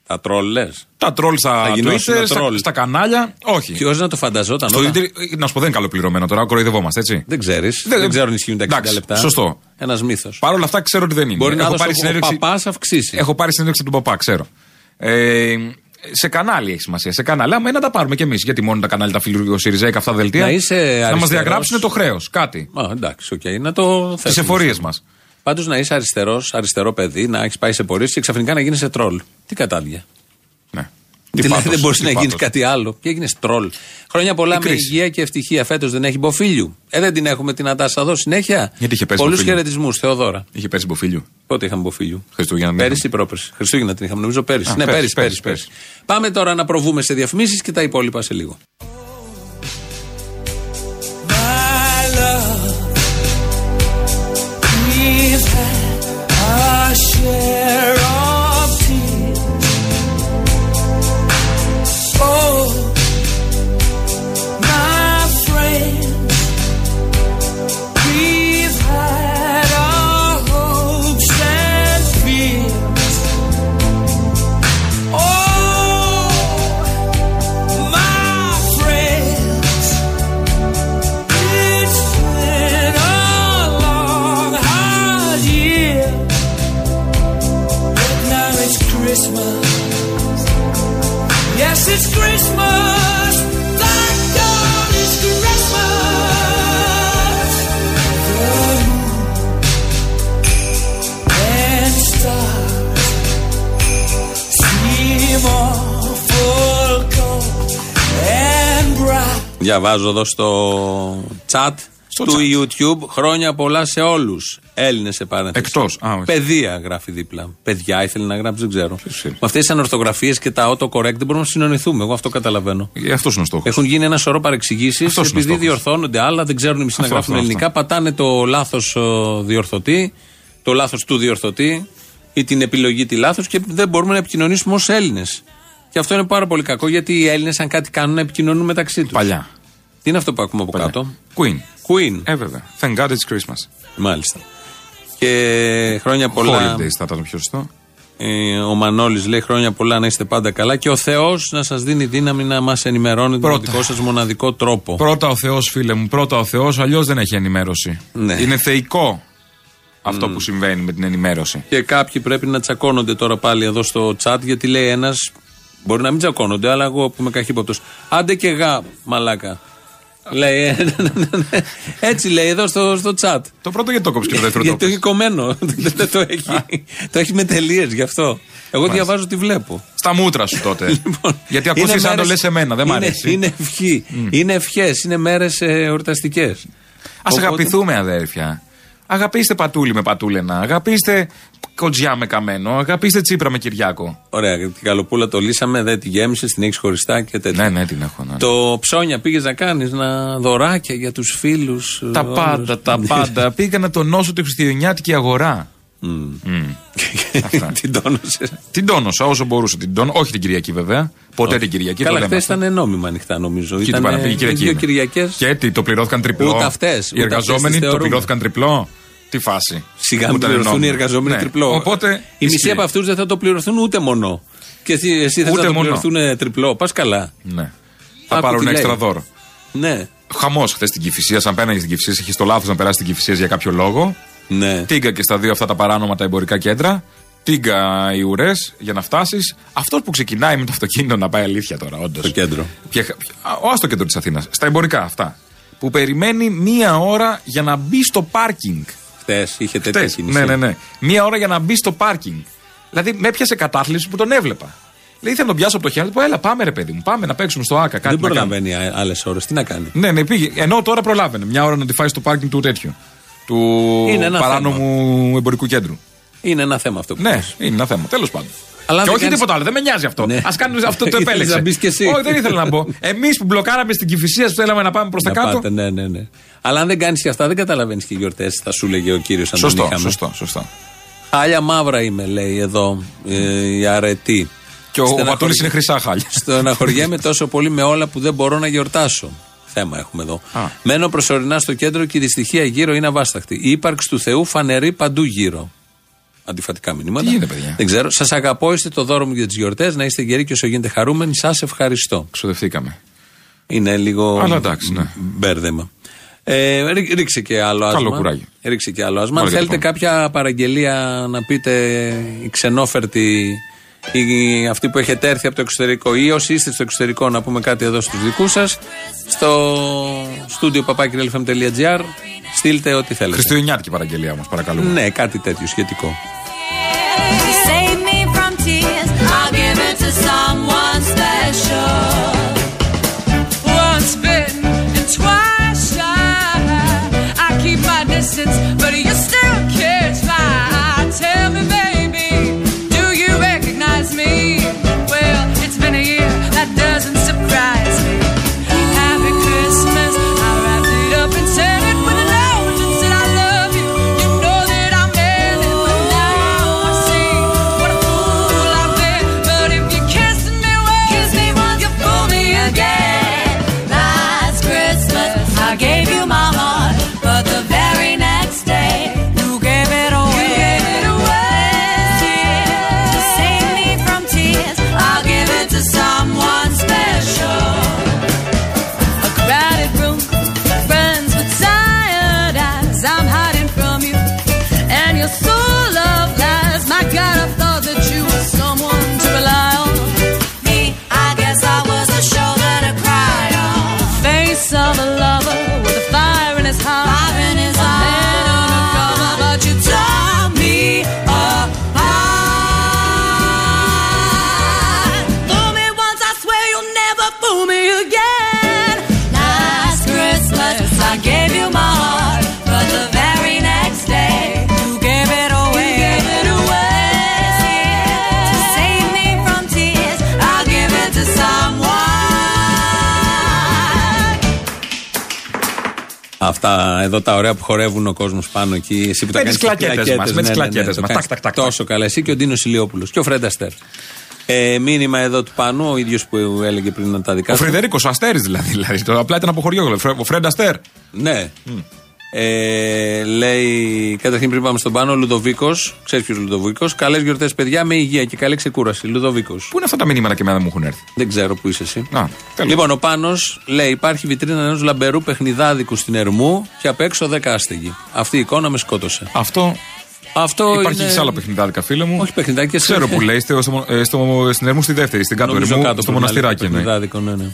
[SPEAKER 2] Τα τρόλ λες.
[SPEAKER 3] Τα τρόλ στα
[SPEAKER 2] Θα γινώσουν
[SPEAKER 3] Twitter,
[SPEAKER 2] τα
[SPEAKER 3] στα,
[SPEAKER 2] troll.
[SPEAKER 3] στα κανάλια. Όχι.
[SPEAKER 2] Ποιος να το φανταζόταν.
[SPEAKER 3] Στο
[SPEAKER 2] όλα.
[SPEAKER 3] Twitter, ε, να σου πω, δεν είναι καλοπληρωμένο τώρα, κοροϊδευόμαστε έτσι.
[SPEAKER 2] Δεν ξέρεις. Δεν,
[SPEAKER 3] δεν-
[SPEAKER 2] ξέρω αν ισχύουν τα 60
[SPEAKER 3] εντάξει,
[SPEAKER 2] λεπτά.
[SPEAKER 3] σωστό.
[SPEAKER 2] Ένας μύθος.
[SPEAKER 3] Παρ' όλα αυτά ξέρω ότι δεν είναι.
[SPEAKER 2] Μπορεί να δώσει ο
[SPEAKER 3] συνέντευξη-
[SPEAKER 2] παπάς αυξήσει.
[SPEAKER 3] Έχω πάρει συνέντευξη από τον παπά, ξέρω. Ε, σε κανάλι έχει σημασία. Σε κανάλι. Άμα είναι να τα πάρουμε κι εμείς. Γιατί μόνο τα κανάλια τα φιλουργεί ο Σιριζέκα, αυτά τα δελτία.
[SPEAKER 2] Να είσαι
[SPEAKER 3] να μας
[SPEAKER 2] αριστερός.
[SPEAKER 3] διαγράψουν το χρέος. Κάτι.
[SPEAKER 2] Α, εντάξει, οκ, να το
[SPEAKER 3] Τις
[SPEAKER 2] θέσουμε.
[SPEAKER 3] εφορίες μας.
[SPEAKER 2] Πάντως να είσαι αριστερός, αριστερό παιδί, να έχεις πάει σε πορείες και ξαφνικά να γίνει τρόλ. Τι κατάδια.
[SPEAKER 3] Ναι. Τι
[SPEAKER 2] Δηλαδή
[SPEAKER 3] πάθος,
[SPEAKER 2] δεν μπορεί
[SPEAKER 3] τι
[SPEAKER 2] να γίνεις
[SPEAKER 3] πάθος.
[SPEAKER 2] κάτι άλλο. Και έγινες τρόλ. Χρόνια πολλά με
[SPEAKER 3] κρίση.
[SPEAKER 2] υγεία και ευτυχία. Φέτος δεν έχει μποφίλιου. Ε, δεν την έχουμε την Αντάσα εδώ συνέχεια.
[SPEAKER 3] Γιατί είχε πέσει
[SPEAKER 2] Πολλούς
[SPEAKER 3] Μποφίλιου.
[SPEAKER 2] χαιρετισμούς, Θεοδώρα.
[SPEAKER 3] Είχε πέρσι μποφίλιο.
[SPEAKER 2] Πότε είχαμε μποφίλιου.
[SPEAKER 3] Χριστούγεννα. δεν
[SPEAKER 2] Πέρυσι ή
[SPEAKER 3] είχαμε.
[SPEAKER 2] πρόπερσι. Χριστούγεννα την είχαμε, νομίζω πέρυσι.
[SPEAKER 3] Α,
[SPEAKER 2] ναι, πέρυσι,
[SPEAKER 3] πέρυσι,
[SPEAKER 2] πέρυσι,
[SPEAKER 3] πέρυσι,
[SPEAKER 2] πέρυσι. Πάμε τώρα να προβούμε σε διαφημίσεις και τα υπόλοιπα σε λίγο.
[SPEAKER 5] My love, we've had our share of tears. Oh, my friend, we've had our hopes and fears. Oh, my friends. It's been a long, hard year, but now it's Christmas. Yes, it's Christmas. Thank God it's Christmas. The moon and stars seem awful cold and bright.
[SPEAKER 2] Διαβάζω εδώ στο chat του YouTube χρόνια πολλά σε όλους. Έλληνες σε παρένθεση.
[SPEAKER 3] Εκτός, α, όχι.
[SPEAKER 2] Παιδεία γράφει δίπλα. Παιδιά ήθελε να γράψει, δεν ξέρω.
[SPEAKER 3] Ποιος
[SPEAKER 2] Με
[SPEAKER 3] είναι?
[SPEAKER 2] αυτές τις ανορθογραφίες και τα auto correct δεν μπορούμε να συνεννοηθούμε. Εγώ αυτό καταλαβαίνω.
[SPEAKER 3] Ε, αυτός είναι ο στόχος.
[SPEAKER 2] Έχουν γίνει ένα σωρό παρεξηγήσεις.
[SPEAKER 3] Αυτός είναι ο
[SPEAKER 2] Επειδή
[SPEAKER 3] στόχος.
[SPEAKER 2] διορθώνονται άλλα, δεν ξέρουν εμείς να
[SPEAKER 3] Αυτό,
[SPEAKER 2] γράφουν
[SPEAKER 3] αυτό,
[SPEAKER 2] ελληνικά. Πατάνε το λάθος διορθωτή, το λάθος του διορθωτή ή την επιλογή τη λάθος και δεν μπορούμε να επικοινωνήσουμε ως Έλληνες. Και αυτό είναι πάρα πολύ κακό γιατί οι Έλληνες, αν κάτι κάνουν, επικοινωνούν μεταξύ τους.
[SPEAKER 3] Παλιά.
[SPEAKER 2] Τι είναι αυτό που ακούμε από κάτω.
[SPEAKER 3] Queen.
[SPEAKER 2] Queen.
[SPEAKER 3] Ε, βέβαια. Thank God it's Christmas.
[SPEAKER 2] Μάλιστα. Και χρόνια πολλά.
[SPEAKER 3] Holidays θα ήταν πιο σωστό.
[SPEAKER 2] Ε, ο Μανώλης λέει χρόνια πολλά να είστε πάντα καλά και ο Θεός να σας δίνει δύναμη να μας ενημερώνει με
[SPEAKER 3] Πρώτα.
[SPEAKER 2] τον δικό σας μοναδικό τρόπο.
[SPEAKER 3] Πρώτα ο Θεός, φίλε μου, πρώτα ο Θεός, αλλιώς δεν έχει ενημέρωση.
[SPEAKER 2] Ναι.
[SPEAKER 3] Είναι θεϊκό αυτό που συμβαίνει με την ενημέρωση.
[SPEAKER 2] Και κάποιοι πρέπει να τσακώνονται τώρα πάλι εδώ στο chat γιατί λέει ένας. Μπορεί να μην τσακώνονται, αλλά εγώ που είμαι καχύποπτος. Άντε και γα, μαλάκα. λέει. ε, Έτσι λέει εδώ στο, στο chat.
[SPEAKER 3] Το πρώτο γιατί το κόψεις και το δεύτερο
[SPEAKER 2] Γιατί το
[SPEAKER 3] το
[SPEAKER 2] έχει
[SPEAKER 3] κόψεις?
[SPEAKER 2] κομμένο. Δεν το έχει. Το έχει με τελείες γι' αυτό. Εγώ διαβάζω τι βλέπω.
[SPEAKER 3] Στα μούτρα σου τότε.
[SPEAKER 2] Λοιπόν,
[SPEAKER 3] γιατί
[SPEAKER 2] είναι
[SPEAKER 3] ακούσει αν το
[SPEAKER 2] μέρες-
[SPEAKER 3] λες εμένα, δεν μ'
[SPEAKER 2] είναι-
[SPEAKER 3] αρέσει.
[SPEAKER 2] Είναι ευχή. Είναι ευχές. Είναι ε, μέρε εορταστικές.
[SPEAKER 3] Ας αγαπηθούμε, αδέρφια. Αγαπήστε πατούλη με πατούλενα. Αγαπήστε κοντζιά με καμένο. Αγαπήστε τσίπρα με Κυριάκο.
[SPEAKER 2] Ωραία, την καλοπούλα το λύσαμε, δεν τη γέμισε, την έχει χωριστά και τέτοια.
[SPEAKER 3] Ναι, ναι, την έχω. ναι.
[SPEAKER 2] Το ψώνια πήγες να κάνεις να δωράκια για ε, τους φίλους.
[SPEAKER 3] Τα πάντα, τα
[SPEAKER 2] Ναι.
[SPEAKER 3] πάντα. Πήγα να τονώσω τη χριστιανιάτικη αγορά. Μμμ. Αυτά.
[SPEAKER 2] Την τόνωσες.
[SPEAKER 3] Την τόνωσα όσο μπορούσα. Την τόνο... Όχι την Κυριακή βέβαια. Ποτέ την Κυριακή.
[SPEAKER 2] Καλά,
[SPEAKER 3] το
[SPEAKER 2] χθες
[SPEAKER 3] λέμε αυτό.
[SPEAKER 2] ήταν νόμιμα ανοιχτά νομίζω.
[SPEAKER 3] Κοίτα,
[SPEAKER 2] Ήταν
[SPEAKER 3] πάνε, πήγε η Κυριακή.
[SPEAKER 2] δύο
[SPEAKER 3] είναι.
[SPEAKER 2] Κυριακές.
[SPEAKER 3] Και τι, το πληρώθηκαν τριπλό.
[SPEAKER 2] Ούτε αυτές, ούτε
[SPEAKER 3] Οι
[SPEAKER 2] αυτές τις
[SPEAKER 3] εργαζόμενοι το
[SPEAKER 2] θεωρούμε.
[SPEAKER 3] πληρώθηκαν τριπλό. Τι φάση.
[SPEAKER 2] Σιγά μην
[SPEAKER 3] Ούτε
[SPEAKER 2] πληρωθούν
[SPEAKER 3] εννοούμε.
[SPEAKER 2] οι εργαζόμενοι
[SPEAKER 3] Ναι.
[SPEAKER 2] τριπλό.
[SPEAKER 3] Οπότε.
[SPEAKER 2] οι μισοί
[SPEAKER 3] ισχύει.
[SPEAKER 2] από αυτούς δεν θα το πληρωθούν ούτε μόνο. Και εσύ, εσύ θες
[SPEAKER 3] Ούτε
[SPEAKER 2] να το
[SPEAKER 3] μόνο.
[SPEAKER 2] πληρωθούν τριπλό. Πας καλά.
[SPEAKER 3] Ναι. Θα
[SPEAKER 2] Άκου τι
[SPEAKER 3] πάρουν
[SPEAKER 2] λέει.
[SPEAKER 3] έξτρα δώρο.
[SPEAKER 2] Ναι.
[SPEAKER 3] Χαμός χθες στην Κυφυσία. Αν πέναγες στην Κυφυσία, είχε το λάθος να περάσεις την Κυφυσία για κάποιο λόγο.
[SPEAKER 2] Ναι.
[SPEAKER 3] Τίγκα και στα δύο αυτά τα παράνομα τα εμπορικά κέντρα. Τίγκα οι ουρές για να φτάσεις. Αυτός που ξεκινάει με το αυτοκίνητο να πάει αλήθεια τώρα, όντως.
[SPEAKER 2] Στο κέντρο.
[SPEAKER 3] Ποια- ποια- Ο στο κέντρο της Αθήνας. Στα εμπορικά αυτά. Που περιμένει μία ώρα για να μπει στο πάρκινγκ.
[SPEAKER 2] Χθε είχε τέτοια
[SPEAKER 3] Χτες.
[SPEAKER 2] κίνηση.
[SPEAKER 3] Ναι, ναι, ναι. Μία ώρα για να μπει στο πάρκινγκ. Δηλαδή με έπιασε κατάθλιψη που τον έβλεπα. Λέει, ήθελα να τον πιάσω από το χέρι. του, Πω, έλα, πάμε ρε παιδί μου, πάμε να παίξουμε στο ΑΚΑ. Κάτι
[SPEAKER 2] Δεν
[SPEAKER 3] να κάνουμε».
[SPEAKER 2] προλαβαίνει άλλες ώρες. Τι να κάνει.
[SPEAKER 3] Ναι, ναι, πήγε. Ενώ τώρα προλάβαινε. Μια ώρα να τη φάει στο πάρκινγκ του τέτοιου. Του
[SPEAKER 2] Είναι ένα
[SPEAKER 3] παράνομου εμπορικού κέντρου.
[SPEAKER 2] Είναι ένα θέμα αυτό που
[SPEAKER 3] Ναι,
[SPEAKER 2] πες.
[SPEAKER 3] είναι ένα θέμα. Τέλος πάντων.
[SPEAKER 2] Αλλά αν
[SPEAKER 3] και
[SPEAKER 2] δεν
[SPEAKER 3] όχι
[SPEAKER 2] κάνεις-
[SPEAKER 3] τίποτα άλλο, δεν με νοιάζει αυτό.
[SPEAKER 2] Ναι.
[SPEAKER 3] Ας κάνουμε αυτό το
[SPEAKER 2] Ήθελες
[SPEAKER 3] επέλεξε.
[SPEAKER 2] να μπεις κι εσύ.
[SPEAKER 3] Όχι, δεν ήθελα να μπω. Εμείς που μπλοκάραμε στην κυφυσία, που θέλαμε να πάμε προς τα
[SPEAKER 2] Να
[SPEAKER 3] κάτω.
[SPEAKER 2] πάτε, ναι, ναι, ναι. Αλλά αν δεν κάνεις και αυτά, δεν καταλαβαίνεις και γιορτές, θα σου λέγε ο κύριος αν
[SPEAKER 3] Σωστό,
[SPEAKER 2] τον είχαμε.
[SPEAKER 3] σωστό, σωστό.
[SPEAKER 2] Χάλια μαύρα είμαι, λέει εδώ ε, η αρετή.
[SPEAKER 3] Και ο, ο
[SPEAKER 2] Στεναχωρι-
[SPEAKER 3] Βατούλης είναι χρυσά χάλια.
[SPEAKER 2] Στεναχωριέμαι τόσο πολύ με όλα που δεν μπορώ να γιορτάσω. Θέμα έχουμε εδώ.
[SPEAKER 3] Α.
[SPEAKER 2] Μένω προσωρινά στο κέντρο και η δυστυχία γύρω είναι αβάσταχτη. Η ύπαρξη του Θεού φανερεί παντού γύρω. Αντιφατικά μηνύματα.
[SPEAKER 3] Τι είναι, παιδιά?
[SPEAKER 2] Δεν ξέρω. Σας αγαπώ, είστε το δώρο μου για τις γιορτές. Να είστε γεροί και όσο γίνεται χαρούμενοι. Σας ευχαριστώ.
[SPEAKER 3] Ξοδευτήκαμε.
[SPEAKER 2] Είναι λίγο.
[SPEAKER 3] Αλλά εντάξει, ναι.
[SPEAKER 2] Μπέρδεμα. Ε, ρί- ρίξε και άλλο άσμα.
[SPEAKER 3] κουράγιο.
[SPEAKER 2] Ρίξε και άλλο άσμα. Αν
[SPEAKER 3] Ωραία,
[SPEAKER 2] θέλετε
[SPEAKER 3] λοιπόν.
[SPEAKER 2] κάποια παραγγελία να πείτε, οι ξενόφερτοι η- αυτή που έχετε έρθει από το εξωτερικό ή όσοι είστε στο εξωτερικό να πούμε κάτι εδώ στους δικούς σας στο στούντιο papakirlfm.gr στείλτε ό,τι θέλετε.
[SPEAKER 3] Χριστουγεννιάτικη παραγγελία μα, παρακαλώ.
[SPEAKER 2] Ναι, κάτι τέτοιο σχετικό.
[SPEAKER 7] Save me from tears. I'll give it to someone special. Once bitten and twice shy. I keep my distance, but you still catch my eye. Tell me, baby, do you recognize me? Well, it's been a year. That doesn't surprise me. Happy Christmas. I wrapped it up and sent it with a note that said I love you. You know that I meant it, but now I see what a fool I've been. But if you kiss me once, kiss me once, you fool me again. Last Christmas I gave you my heart, but the very next day you gave it away. You gave it away. To save me from tears, I'll give it to someone special. A crowded room, friends with tired eyes. I'm hiding from you, and your soul of lies. My God, I thought that you were someone to rely on. Me, I guess I was a shoulder to cry on. Face of a lover with a fire in his heart. Fire in his heart. Man undercover, but you tore me apart. Ah, Fool me once, I swear you'll never fool me again. Last Christmas, I gave you my heart, but the very next day, you gave it away. You gave it away. To save me from tears, I'll give it to someone.
[SPEAKER 2] Αυτά εδώ τα ωραία που χορεύουν ο κόσμος πάνω εκεί. Εσύ που τα
[SPEAKER 3] Με
[SPEAKER 2] κάνεις
[SPEAKER 3] τις κλακέτες
[SPEAKER 2] κλακέτες,
[SPEAKER 3] μας, με τις κλακέτες
[SPEAKER 2] ναι, το
[SPEAKER 3] μας.
[SPEAKER 2] κάνεις
[SPEAKER 3] Τακ, τακ, τακ,
[SPEAKER 2] Τόσο καλά. Εσύ και ο Ντίνος Ηλιόπουλος και ο Φρέντα Στέρ. Ε, μήνυμα εδώ του πάνω, ο ίδιος που έλεγε πριν τα δικά
[SPEAKER 3] Ο
[SPEAKER 2] του.
[SPEAKER 3] Φρεντερίκος Αστέρης δηλαδή. δηλαδή το, απλά ήταν από χωριό. Φρε- Ο Φρέντα Αστέρ.
[SPEAKER 2] Ναι. Ε, λέει, καταρχήν πριν πάμε στον πάνω, ο Λουδοβίκος. Ξέρεις ποιος Λουδοβίκος. Καλές γιορτές, παιδιά, με υγεία και καλή ξεκούραση. Λουδοβίκος.
[SPEAKER 3] Πού είναι αυτά τα μηνύματα και εμένα δεν μου έχουν έρθει.
[SPEAKER 2] Δεν ξέρω που είσαι εσύ.
[SPEAKER 3] Α, τέλος.
[SPEAKER 2] λοιπόν, ο Πάνος λέει: Υπάρχει βιτρίνα ενός λαμπερού παιχνιδάδικου στην Ερμού και απ' έξω 10 άστεγοι. Αυτή η εικόνα με σκότωσε.
[SPEAKER 3] Αυτό
[SPEAKER 2] Αυτό
[SPEAKER 3] υπάρχει
[SPEAKER 2] είναι...
[SPEAKER 3] και σε άλλα παιχνιδάδικα, φίλε μου.
[SPEAKER 2] Όχι παιχνιδάκια, σε-
[SPEAKER 3] Ξέρω που λέει στο, ε, στο, στο, στην Ερμού στη δεύτερη, στην κάτω
[SPEAKER 2] Νομίζω
[SPEAKER 3] Ερμού,
[SPEAKER 2] κάτω
[SPEAKER 3] στο
[SPEAKER 2] πρέπει να
[SPEAKER 3] μοναστηράκι.
[SPEAKER 2] λέγεται
[SPEAKER 3] Ναι.
[SPEAKER 2] Παιχνιδάδικο, ναι, ναι.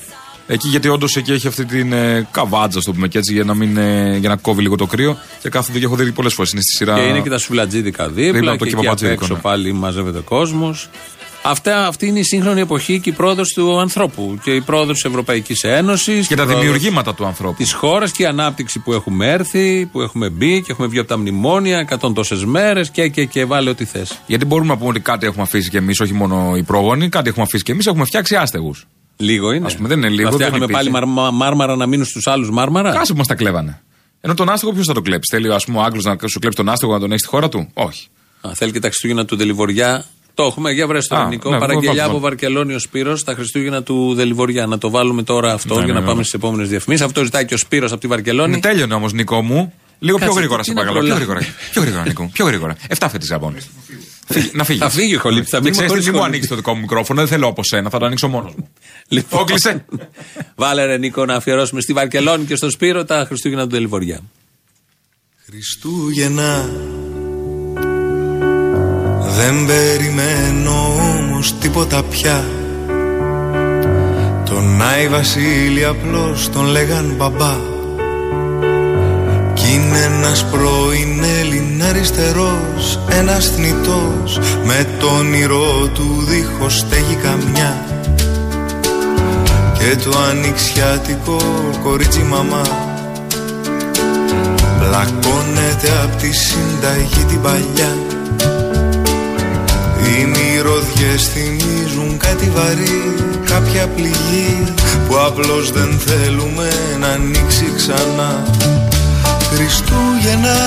[SPEAKER 3] Εκεί γιατί όντως εκεί έχει αυτή την ε, καβάτζα, στο πούμε και έτσι, για να, μην, ε, για να κόβει λίγο το κρύο. Και κάθονται και έχω δει πολλές φορές. Είναι στη σειρά.
[SPEAKER 2] Και είναι και τα σουβλατζίδικα δίπλα.
[SPEAKER 3] από
[SPEAKER 2] και
[SPEAKER 3] το
[SPEAKER 2] εκεί απ'
[SPEAKER 3] κυπαπατζίδικο,
[SPEAKER 2] έξω
[SPEAKER 3] ναι.
[SPEAKER 2] πάλι μαζεύεται ο κόσμος. Αυτά, αυτή είναι η σύγχρονη εποχή και η πρόοδος του ανθρώπου. Και η πρόοδος της Ευρωπαϊκής Ένωσης.
[SPEAKER 3] και τα δημιουργήματα του ανθρώπου.
[SPEAKER 2] Της χώρας και η ανάπτυξη που έχουμε έρθει, που έχουμε μπει και έχουμε βγει από τα μνημόνια, εκατόν τόσες μέρες και, και, και βάλε ό,τι θες.
[SPEAKER 3] Γιατί μπορούμε να πούμε ότι κάτι έχουμε αφήσει κι εμείς, όχι μόνο οι πρόγονοι, κάτι έχουμε αφήσει κι εμείς, έχουμε φτιάξει άστεγους.
[SPEAKER 2] Λίγο είναι.
[SPEAKER 3] Ας πούμε, δεν είναι λίγο,
[SPEAKER 2] Να
[SPEAKER 3] δεν
[SPEAKER 2] φτιάχνουμε
[SPEAKER 3] υπήρχε.
[SPEAKER 2] πάλι μαρμα- μάρμαρα να μείνουν στους άλλους μάρμαρα.
[SPEAKER 3] Κάσε που μας τα κλέβανε. Ενώ τον άστεγο ποιος θα το κλέψει. Θέλει ας πούμε, ο Άγγλος να σου κλέψει τον άστεγο να τον έχει στη χώρα του. Όχι.
[SPEAKER 2] Α, θέλει και τα Χριστούγεννα του Δελιβοριά. Το έχουμε, για βρες το
[SPEAKER 3] Α,
[SPEAKER 2] ελληνικό.
[SPEAKER 3] ναι,
[SPEAKER 2] Παραγγελιά
[SPEAKER 3] βάλτε,
[SPEAKER 2] από Βαρκελόνη ο Σπύρος, τα Χριστούγεννα του Δελιβοριά. Να το βάλουμε τώρα αυτό
[SPEAKER 3] Ναι,
[SPEAKER 2] για
[SPEAKER 3] ναι,
[SPEAKER 2] να
[SPEAKER 3] ναι.
[SPEAKER 2] πάμε στις επόμενες διαφημίσεις. Αυτό ζητάει και ο Σπύρος από τη Βαρκελόνη.
[SPEAKER 3] Είναι Ναι, τέλειωνε όμω, Νικό μου. Λίγο πιο
[SPEAKER 2] Ναι. Κάτσε,
[SPEAKER 3] γρήγορα,
[SPEAKER 2] τι
[SPEAKER 3] σε
[SPEAKER 2] να
[SPEAKER 3] παρακαλώ. Πιο
[SPEAKER 2] προλάβουμε.
[SPEAKER 3] γρήγορα. Πιο γρήγορα, Νικό. Πιο γρήγορα. Εφτά φέτης ζαμπόν. Φύγε, Να φύγεις.
[SPEAKER 2] Θα φύγει ο Χολύπης, θα μείνουμε χωρίς
[SPEAKER 3] μην μου
[SPEAKER 2] Χολύπη.
[SPEAKER 3] ανοίξεις το δικό μου μικρόφωνο, δεν θέλω από σένα, θα το ανοίξω μόνος μου.
[SPEAKER 2] Λοιπόν,
[SPEAKER 3] Όκλεισε.
[SPEAKER 2] Βάλε ρε Νίκο να αφιερώσουμε στη Βαρκελόνη και στο Σπύρο τα Χριστούγεννα του Δελιβοριά.
[SPEAKER 5] Χριστούγεννα Δεν περιμένω όμως τίποτα πια Τον Άι Βασίλη απλώς τον λέγαν μπαμπά Κι είναι ένας πρώην Έλλην αριστερός Ένας θνητός με το όνειρό του δίχως στέγη καμιά Και το ανοιξιάτικο κορίτσι μαμά Πλακώνεται απ' τη συνταγή την παλιά Οι μυρωδιές θυμίζουν κάτι βαρύ Κάποια πληγή που απλώς δεν θέλουμε να ανοίξει ξανά Χριστούγεννα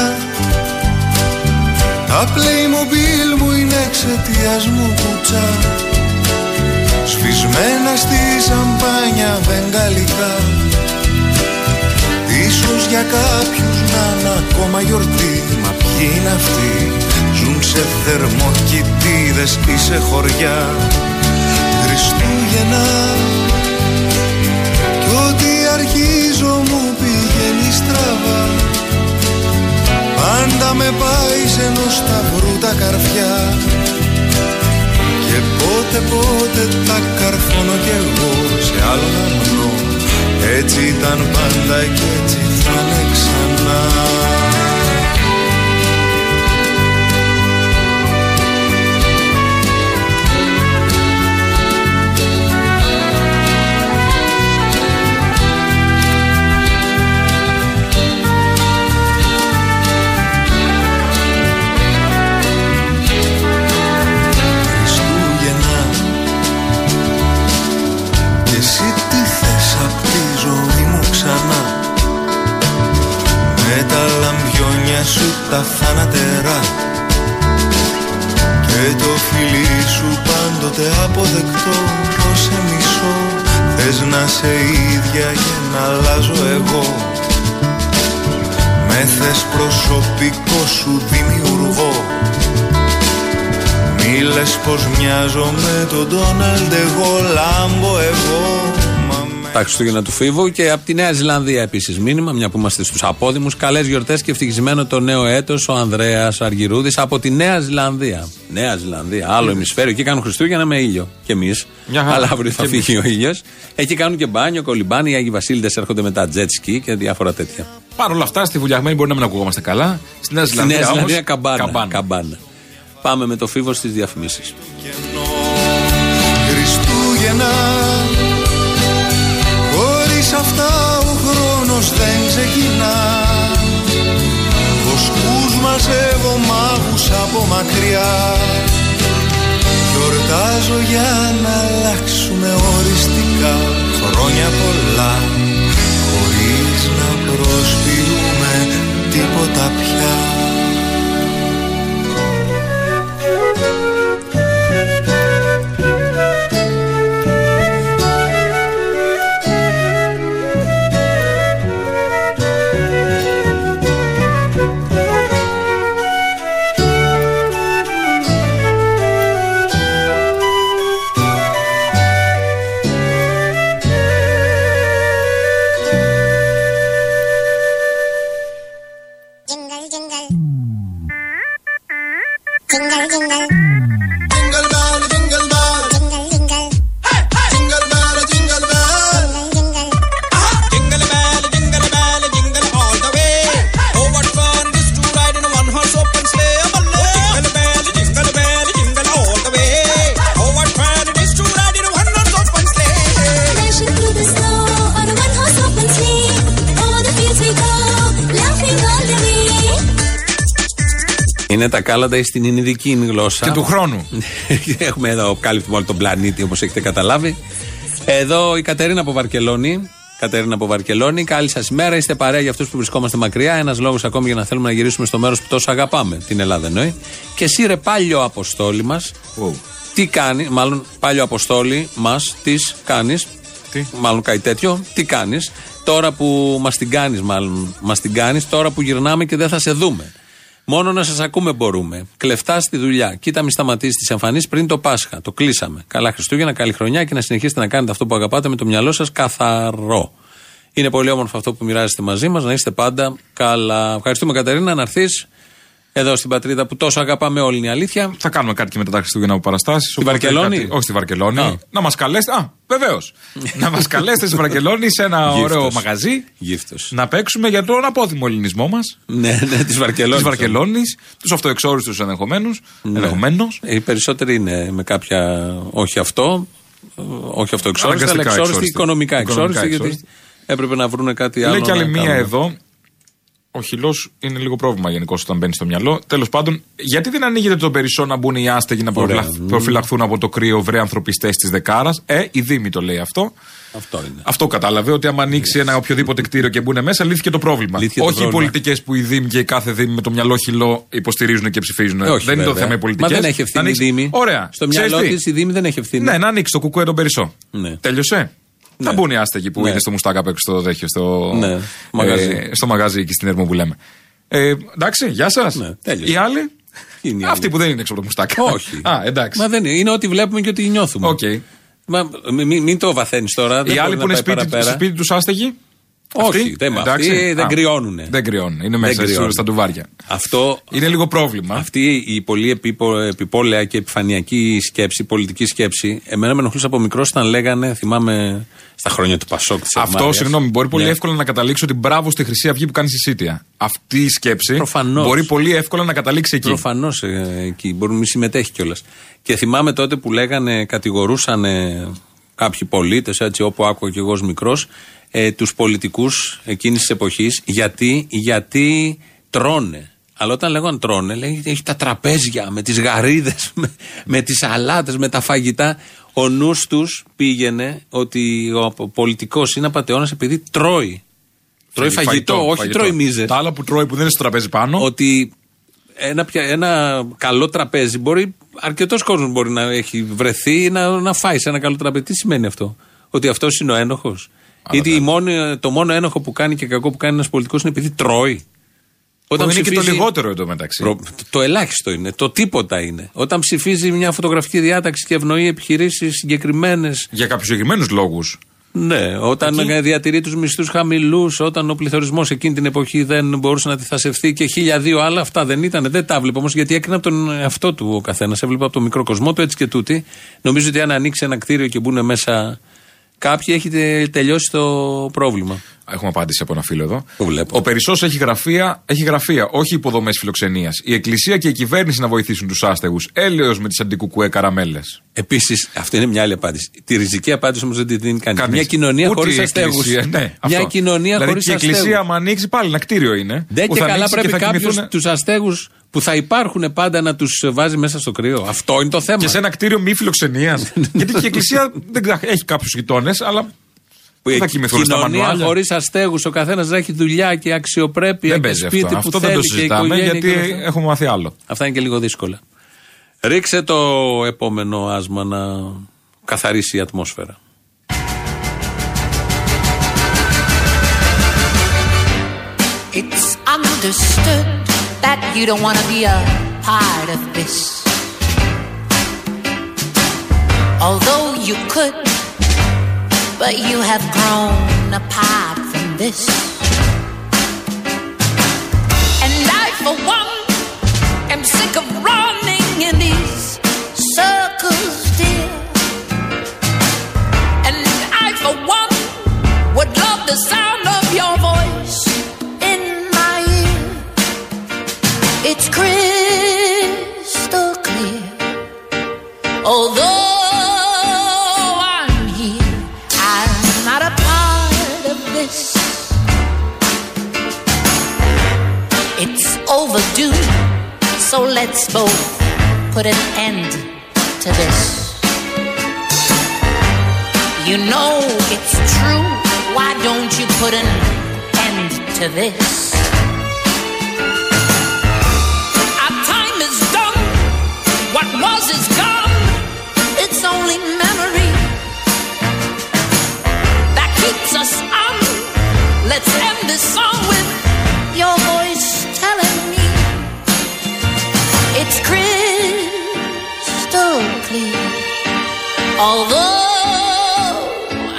[SPEAKER 5] Τα Playmobil μου είναι εξαιτίας μου κουτσά Σφισμένα στη σαμπάνια βεγγαλικά Ίσως για κάποιους να είναι ακόμα γιορτή Μα ποιοι είναι αυτοί Ζουν σε θερμοκοιτίδες ή σε χωριά Χριστούγεννα Κι ό,τι αρχίζω μου πηγαίνει στραβά Πάντα με πάει σε ενός σταυρού τα καρφιά Και πότε Οπότε τα καρφώνω κι εγώ σε άλλο γαμνό Έτσι ήταν πάντα και έτσι θα είναι ξανά Χριστούγεννα Και εσύ τι θες απ' τη ζωή μου ξανά Με τα λαμπιόνια σου τα θάνατερά Και το φιλί σου πάντοτε αποδεκτό πως σε μισώ Θες να σε ίδια και να αλλάζω εγώ Με θες προσωπικό σου δημιουργό μη λες πως μοιάζω με τον Ντόναλντ εγώ λάμπω εγώ μα με
[SPEAKER 2] Τα Χριστούγεννα του Φίβου και από τη Νέα Ζηλανδία επίσης μήνυμα, μια που είμαστε στους απόδημους. Καλές γιορτές και ευτυχισμένο το νέο έτος ο Ανδρέας Αργυρούδης από τη Νέα Ζηλανδία. Νέα Ζηλανδία, άλλο ημισφαίριο. Εκεί κάνουν Χριστούγεννα με ήλιο. Και εμεί.
[SPEAKER 3] Ναι. Μια χαρά.
[SPEAKER 2] Αλλά αύριο θα
[SPEAKER 3] Κι εμείς.
[SPEAKER 2] φύγει ο ήλιος. Εκεί κάνουν και μπάνιο, κολυμπάνι. Οι Άγιοι Βασίλειδε έρχονται με τα jet ski και διάφορα τέτοια.
[SPEAKER 3] Παρ' όλα αυτά, στη βουλιαγμένη μπορεί να μην ακουγόμαστε καλά. Στην Νέα
[SPEAKER 2] Στη Νέα
[SPEAKER 3] Ζηλανδία όμως,
[SPEAKER 2] Ζηλανδία καμπάνα.
[SPEAKER 3] καμπάνα.
[SPEAKER 2] καμπάνα. Πάμε με το Φίβο στις διαφημίσεις.
[SPEAKER 5] κενό Χριστούγεννα Χωρίς αυτά ο χρόνος δεν ξεκινά Βοσκούς μαζεύω μάγους από μακριά Γιορτάζω για να αλλάξουμε οριστικά Χρόνια πολλά Χωρίς να προσποιούμε τίποτα πια
[SPEAKER 8] Jingle, jingle. Jingle, jingle.
[SPEAKER 5] Jingle bell, jingle bell,
[SPEAKER 8] Jingle, jingle.
[SPEAKER 5] jingle bell, jingle bell.
[SPEAKER 8] Jingle, jingle.
[SPEAKER 9] Jingle bell, jingle bell, jingle all the way. Oh, what fun it is to ride in a one-horse open sleigh. Oh, jingle bell, jingle bell, jingle all the way. Oh, what fun it is to ride in a one-horse open sleigh.
[SPEAKER 4] Crashing through the snow on a one-horse open sleigh. Over the fields we go, laughing all the way.
[SPEAKER 2] Είναι τα κάλαντα στην ινδική γλώσσα.
[SPEAKER 3] Και του χρόνου.
[SPEAKER 2] Έχουμε εδώ κάλυπτουμε όλο τον πλανήτη όπως έχετε καταλάβει. Εδώ η Κατερίνα από Βαρκελόνη. Κατερίνα από Βαρκελόνη, καλή σας ημέρα. Είστε παρέα για αυτούς που βρισκόμαστε μακριά. Ένας λόγος ακόμη για να θέλουμε να γυρίσουμε στο μέρος που τόσο αγαπάμε, την Ελλάδα εννοεί. Και εσύ, ρε πάλιο Αποστόλη μας,
[SPEAKER 3] Wow.
[SPEAKER 2] τι κάνει, μάλλον πάλιο Αποστόλη μας, τις κάνεις.
[SPEAKER 3] Τι?
[SPEAKER 2] Μάλλον κάτι τέτοιο, τι κάνεις. Τώρα που μας την κάνεις, μάλλον μας την κάνεις, τώρα που γυρνάμε και δεν θα σε δούμε. Μόνο να σας ακούμε μπορούμε. Κλεφτά στη δουλειά. Κοίτα, μην σταματήσεις τις εμφανίσεις πριν το Πάσχα. Το κλείσαμε. Καλά Χριστούγεννα, καλή χρονιά και να συνεχίσετε να κάνετε αυτό που αγαπάτε με το μυαλό σας καθαρό. Είναι πολύ όμορφο αυτό που μοιράζεστε μαζί μας. Να είστε πάντα καλά. Ευχαριστούμε, Κατερίνα, να έρθεις εδώ στην πατρίδα που τόσο αγαπάμε όλοι, είναι η αλήθεια.
[SPEAKER 3] Θα κάνουμε κάτι και μετά τα Χριστούγεννα από παραστάσει. Στη
[SPEAKER 2] Βαρκελόνη?
[SPEAKER 3] όχι στη Βαρκελόνη.
[SPEAKER 2] Α.
[SPEAKER 3] Να μας καλέσετε. Α, βεβαίως. να μας καλέσετε στη Βαρκελόνη σε ένα
[SPEAKER 2] Γύφτος.
[SPEAKER 3] ωραίο μαγαζί.
[SPEAKER 2] Γύφτος.
[SPEAKER 3] Να παίξουμε για τον απόδημο ελληνισμό μας.
[SPEAKER 2] Ναι, ναι, της Βαρκελόνης.
[SPEAKER 3] Της Βαρκελόνης. Τους αυτοεξόριστους ενδεχομένους.
[SPEAKER 2] Ναι.
[SPEAKER 3] Ενδεχομένως.
[SPEAKER 2] Οι περισσότεροι είναι με κάποια. Όχι αυτό. ε, Όχι αυτό εξόριστη, αλλά
[SPEAKER 3] Αναγκαστικά
[SPEAKER 2] εξόριστη,
[SPEAKER 3] εξόριστη.
[SPEAKER 2] οικονομικά εξόριστη,
[SPEAKER 3] Οικονομικά
[SPEAKER 2] γιατί
[SPEAKER 3] εξόριστη.
[SPEAKER 2] έπρεπε να βρουν κάτι άλλο.
[SPEAKER 3] Λέει κι
[SPEAKER 2] να
[SPEAKER 3] άλλη μία
[SPEAKER 2] κάνουν.
[SPEAKER 3] εδώ. Ο χυλός είναι λίγο πρόβλημα γενικώ όταν μπαίνει στο μυαλό. Τέλος πάντων, γιατί δεν ανοίγεται τον περισσό να μπουν οι άστεγοι να
[SPEAKER 2] Ωραία.
[SPEAKER 3] προφυλαχθ- προφυλαχθούν από το κρύο βρε ανθρωπιστές της Δεκάρας. Ε, η Δήμη το λέει αυτό.
[SPEAKER 2] Αυτό είναι.
[SPEAKER 3] Αυτό κατάλαβε ότι άμα ανοίξει ένα οποιοδήποτε κτίριο και μπουν μέσα, λύθηκε το πρόβλημα.
[SPEAKER 2] Λύθηκε το
[SPEAKER 3] όχι
[SPEAKER 2] πρόβλημα.
[SPEAKER 3] οι πολιτικές που η Δήμη και η κάθε Δήμη με το μυαλό χυλό υποστηρίζουν και ψηφίζουν.
[SPEAKER 2] Ε, όχι,
[SPEAKER 3] δεν είναι το
[SPEAKER 2] βέβαια.
[SPEAKER 3] θέμα οι πολιτικές.
[SPEAKER 2] Μα δεν έχει ευθύνη η Δήμη.
[SPEAKER 3] Ωραία.
[SPEAKER 2] Στο
[SPEAKER 3] Ξέρεις
[SPEAKER 2] μυαλό
[SPEAKER 3] τι?
[SPEAKER 2] της η Δήμη δεν έχει ευθύνη.
[SPEAKER 3] Ναι, να ανοίξει το κουκουέ τον περισσό.
[SPEAKER 2] Ναι.
[SPEAKER 3] Τέλειωσε. Θα μπουν οι άστεγοι που
[SPEAKER 2] Ναι.
[SPEAKER 3] είναι στο μουστάκα απ' έξω στο δέχιο, στο,
[SPEAKER 2] Ναι,
[SPEAKER 3] ε,
[SPEAKER 2] μαγαζί.
[SPEAKER 3] στο μαγαζί εκεί στην Ερμό που λέμε. Ε, εντάξει, γεια σας.
[SPEAKER 2] Ναι, τέλειωσε.
[SPEAKER 3] οι άλλοι.
[SPEAKER 2] Ποιοι είναι οι
[SPEAKER 3] Αυτοί
[SPEAKER 2] άλλοι?
[SPEAKER 3] που δεν είναι έξω από το μουστάκα.
[SPEAKER 2] Όχι.
[SPEAKER 3] Α, εντάξει.
[SPEAKER 2] Μα δεν είναι. Είναι ό,τι βλέπουμε και ό,τι νιώθουμε.
[SPEAKER 3] Οκ.
[SPEAKER 2] Μα, μη- μη- μην, το βαθαίνεις τώρα. δεν μπορεί
[SPEAKER 3] οι άλλοι
[SPEAKER 2] να
[SPEAKER 3] που είναι
[SPEAKER 2] πάει
[SPEAKER 3] σπίτι,
[SPEAKER 2] παραπέρα.
[SPEAKER 3] στο σπίτι τους άστεγοι.
[SPEAKER 2] Όχι,
[SPEAKER 3] Αυτοί,
[SPEAKER 2] δεν, με-
[SPEAKER 3] εντάξει.
[SPEAKER 2] αυτοί δεν
[SPEAKER 3] Α,
[SPEAKER 2] κρυώνουνε.
[SPEAKER 3] Δεν κρυώνουν. Είναι μέσα στους-
[SPEAKER 2] κρυώνουν.
[SPEAKER 3] στα ντουβάρια.
[SPEAKER 2] Αυτό,
[SPEAKER 3] Είναι λίγο πρόβλημα.
[SPEAKER 2] αυτή η πολύ επίπο, επιπόλαια και επιφανειακή σκέψη, πολιτική σκέψη, εμένα με ενοχλούσε από μικρός όταν λέγανε, θυμάμαι στα χρόνια του Πασόκ της
[SPEAKER 3] Αυτό,
[SPEAKER 2] Ευμάριας.
[SPEAKER 3] συγγνώμη, μπορεί πολύ
[SPEAKER 2] Ναι.
[SPEAKER 3] εύκολα να καταλήξει ότι μπράβο στη Χρυσή Αυγή που κάνει συσίτια. Αυτή η σκέψη
[SPEAKER 2] Προφανώς.
[SPEAKER 3] μπορεί πολύ εύκολα να καταλήξει εκεί.
[SPEAKER 2] Προφανώς ε, εκεί. Μπορεί να μην συμμετέχει κιόλας. Και θυμάμαι τότε που λέγανε, κατηγορούσαν κάποιοι πολίτες, έτσι όπου άκουγα κι εγώ μικρός, ε, τους πολιτικούς εκείνης της εποχής γιατί, γιατί τρώνε. Αλλά όταν λέγαν τρώνε, λέγανε έχει τα τραπέζια με τις γαρίδες, με, με τις αλάτες, με τα φαγητά. Ο νους τους πήγαινε ότι ο πολιτικός είναι απαταιώνας επειδή τρώει. Τρώει φαγητό, όχι τρώει μίζες
[SPEAKER 3] Τα άλλα που τρώει που δεν είναι στο τραπέζι πάνω.
[SPEAKER 2] ότι ένα, πια- ένα καλό τραπέζι μπορεί, αρκετός κόσμος μπορεί να έχει βρεθεί ή να, να φάει σε ένα καλό τραπέζι. Τι σημαίνει αυτό, Ότι αυτός είναι ο ένοχος.
[SPEAKER 3] ναι.
[SPEAKER 2] Γιατί η μόνη, το μόνο ένοχο που κάνει και κακό που κάνει ένας πολιτικός είναι επειδή τρώει.
[SPEAKER 3] που είναι και το
[SPEAKER 2] ψηφίζει-
[SPEAKER 3] λιγότερο εδώ μεταξύ.
[SPEAKER 2] Προ- το- Το ελάχιστο είναι. Το τίποτα είναι. Όταν ψηφίζει μια φωτογραφική διάταξη και ευνοεί επιχειρήσεις συγκεκριμένες.
[SPEAKER 3] Για κάποιους συγκεκριμένους λόγους.
[SPEAKER 2] Ναι, όταν διατηρεί τους μισθούς χαμηλούς, όταν ο πληθωρισμός εκείνη την εποχή δεν μπορούσε να αντιθασευθεί και χίλια δύο άλλα, αυτά δεν ήταν. Δεν τα βλέπω όμως γιατί έκρινα από τον εαυτό του ο καθένας. Έβλεπα από τον μικρό κοσμό του έτσι και τούτη. Νομίζω ότι αν ανοίξει ένα κτίριο και μπουν μέσα κάποιοι, έχει τε- τελειώσει το πρόβλημα.
[SPEAKER 3] Έχουμε απάντηση από ένα φίλο εδώ.
[SPEAKER 2] Το βλέπω.
[SPEAKER 3] Ο Περισσός έχει γραφεία, έχει γραφεία, όχι υποδομές φιλοξενίας. Η Εκκλησία και η κυβέρνηση να βοηθήσουν τους άστεγους. Έλεος με τις αντικουκουέ καραμέλες.
[SPEAKER 2] Επίσης, αυτή είναι μια άλλη απάντηση. Τη ριζική απάντηση όμως δεν τη δίνει κανείς.
[SPEAKER 3] Κανείς.
[SPEAKER 2] Ε, Μια κοινωνία
[SPEAKER 3] Ούτε
[SPEAKER 2] χωρίς
[SPEAKER 3] η
[SPEAKER 2] αστέγους.
[SPEAKER 3] εκκλησία, Ναι,
[SPEAKER 2] μια
[SPEAKER 3] αυτό.
[SPEAKER 2] κοινωνία
[SPEAKER 3] δηλαδή,
[SPEAKER 2] χωρίς
[SPEAKER 3] και η
[SPEAKER 2] αστέγου.
[SPEAKER 3] εκκλησία, άμα ανοίξει, πάλι ένα κτίριο είναι.
[SPEAKER 2] Δεν
[SPEAKER 3] που
[SPEAKER 2] και
[SPEAKER 3] θα
[SPEAKER 2] καλά
[SPEAKER 3] ανοίξει
[SPEAKER 2] πρέπει
[SPEAKER 3] θα
[SPEAKER 2] κάποιος
[SPEAKER 3] κοιμηθούνε-
[SPEAKER 2] τους αστέγους που θα υπάρχουν πάντα να τους βάζει μέσα στο κρύο. Αυτό είναι το θέμα.
[SPEAKER 3] Και σε ένα κτίριο μη φιλοξενίας.
[SPEAKER 2] Ναι,
[SPEAKER 3] Γιατί και η εκκλησία δεν ξα- έχει κάποιους γειτόνες, αλλά.
[SPEAKER 2] Που
[SPEAKER 3] Πού θα
[SPEAKER 2] η
[SPEAKER 3] κοιμηθούν στα
[SPEAKER 2] κοινωνία
[SPEAKER 3] μανουάλια.
[SPEAKER 2] χωρίς αστέγους, ο καθένας να έχει δουλειά και αξιοπρέπεια
[SPEAKER 3] Δεν
[SPEAKER 2] και
[SPEAKER 3] παίζει
[SPEAKER 2] σπίτι
[SPEAKER 3] αυτό.
[SPEAKER 2] που
[SPEAKER 3] Αυτό
[SPEAKER 2] θέλει
[SPEAKER 3] δεν το
[SPEAKER 2] και
[SPEAKER 3] συζητάμε
[SPEAKER 2] οικογένεια
[SPEAKER 3] γιατί
[SPEAKER 2] και όλα αυτά.
[SPEAKER 3] έχουμε μάθει άλλο.
[SPEAKER 2] Αυτά είναι και λίγο δύσκολα. Ρίξε το επόμενο άσμα να καθαρίσει η ατμόσφαιρα.
[SPEAKER 7] It's understood that you don't want to be a part of this. Although you could, but you have grown apart from this. And I, for one, am sick of running in these circles, dear. And I, for one, would love the sound of your voice in my ear. It's crystal clear. Although I'm here, I'm not a part of this. It's overdue, so let's both put an end to this. You know it's true. Why don't you put an end to this? Our time is done. What was is gone. It's only memory that keeps us on. Let's end this song with your voice telling me it's crystal clear. Although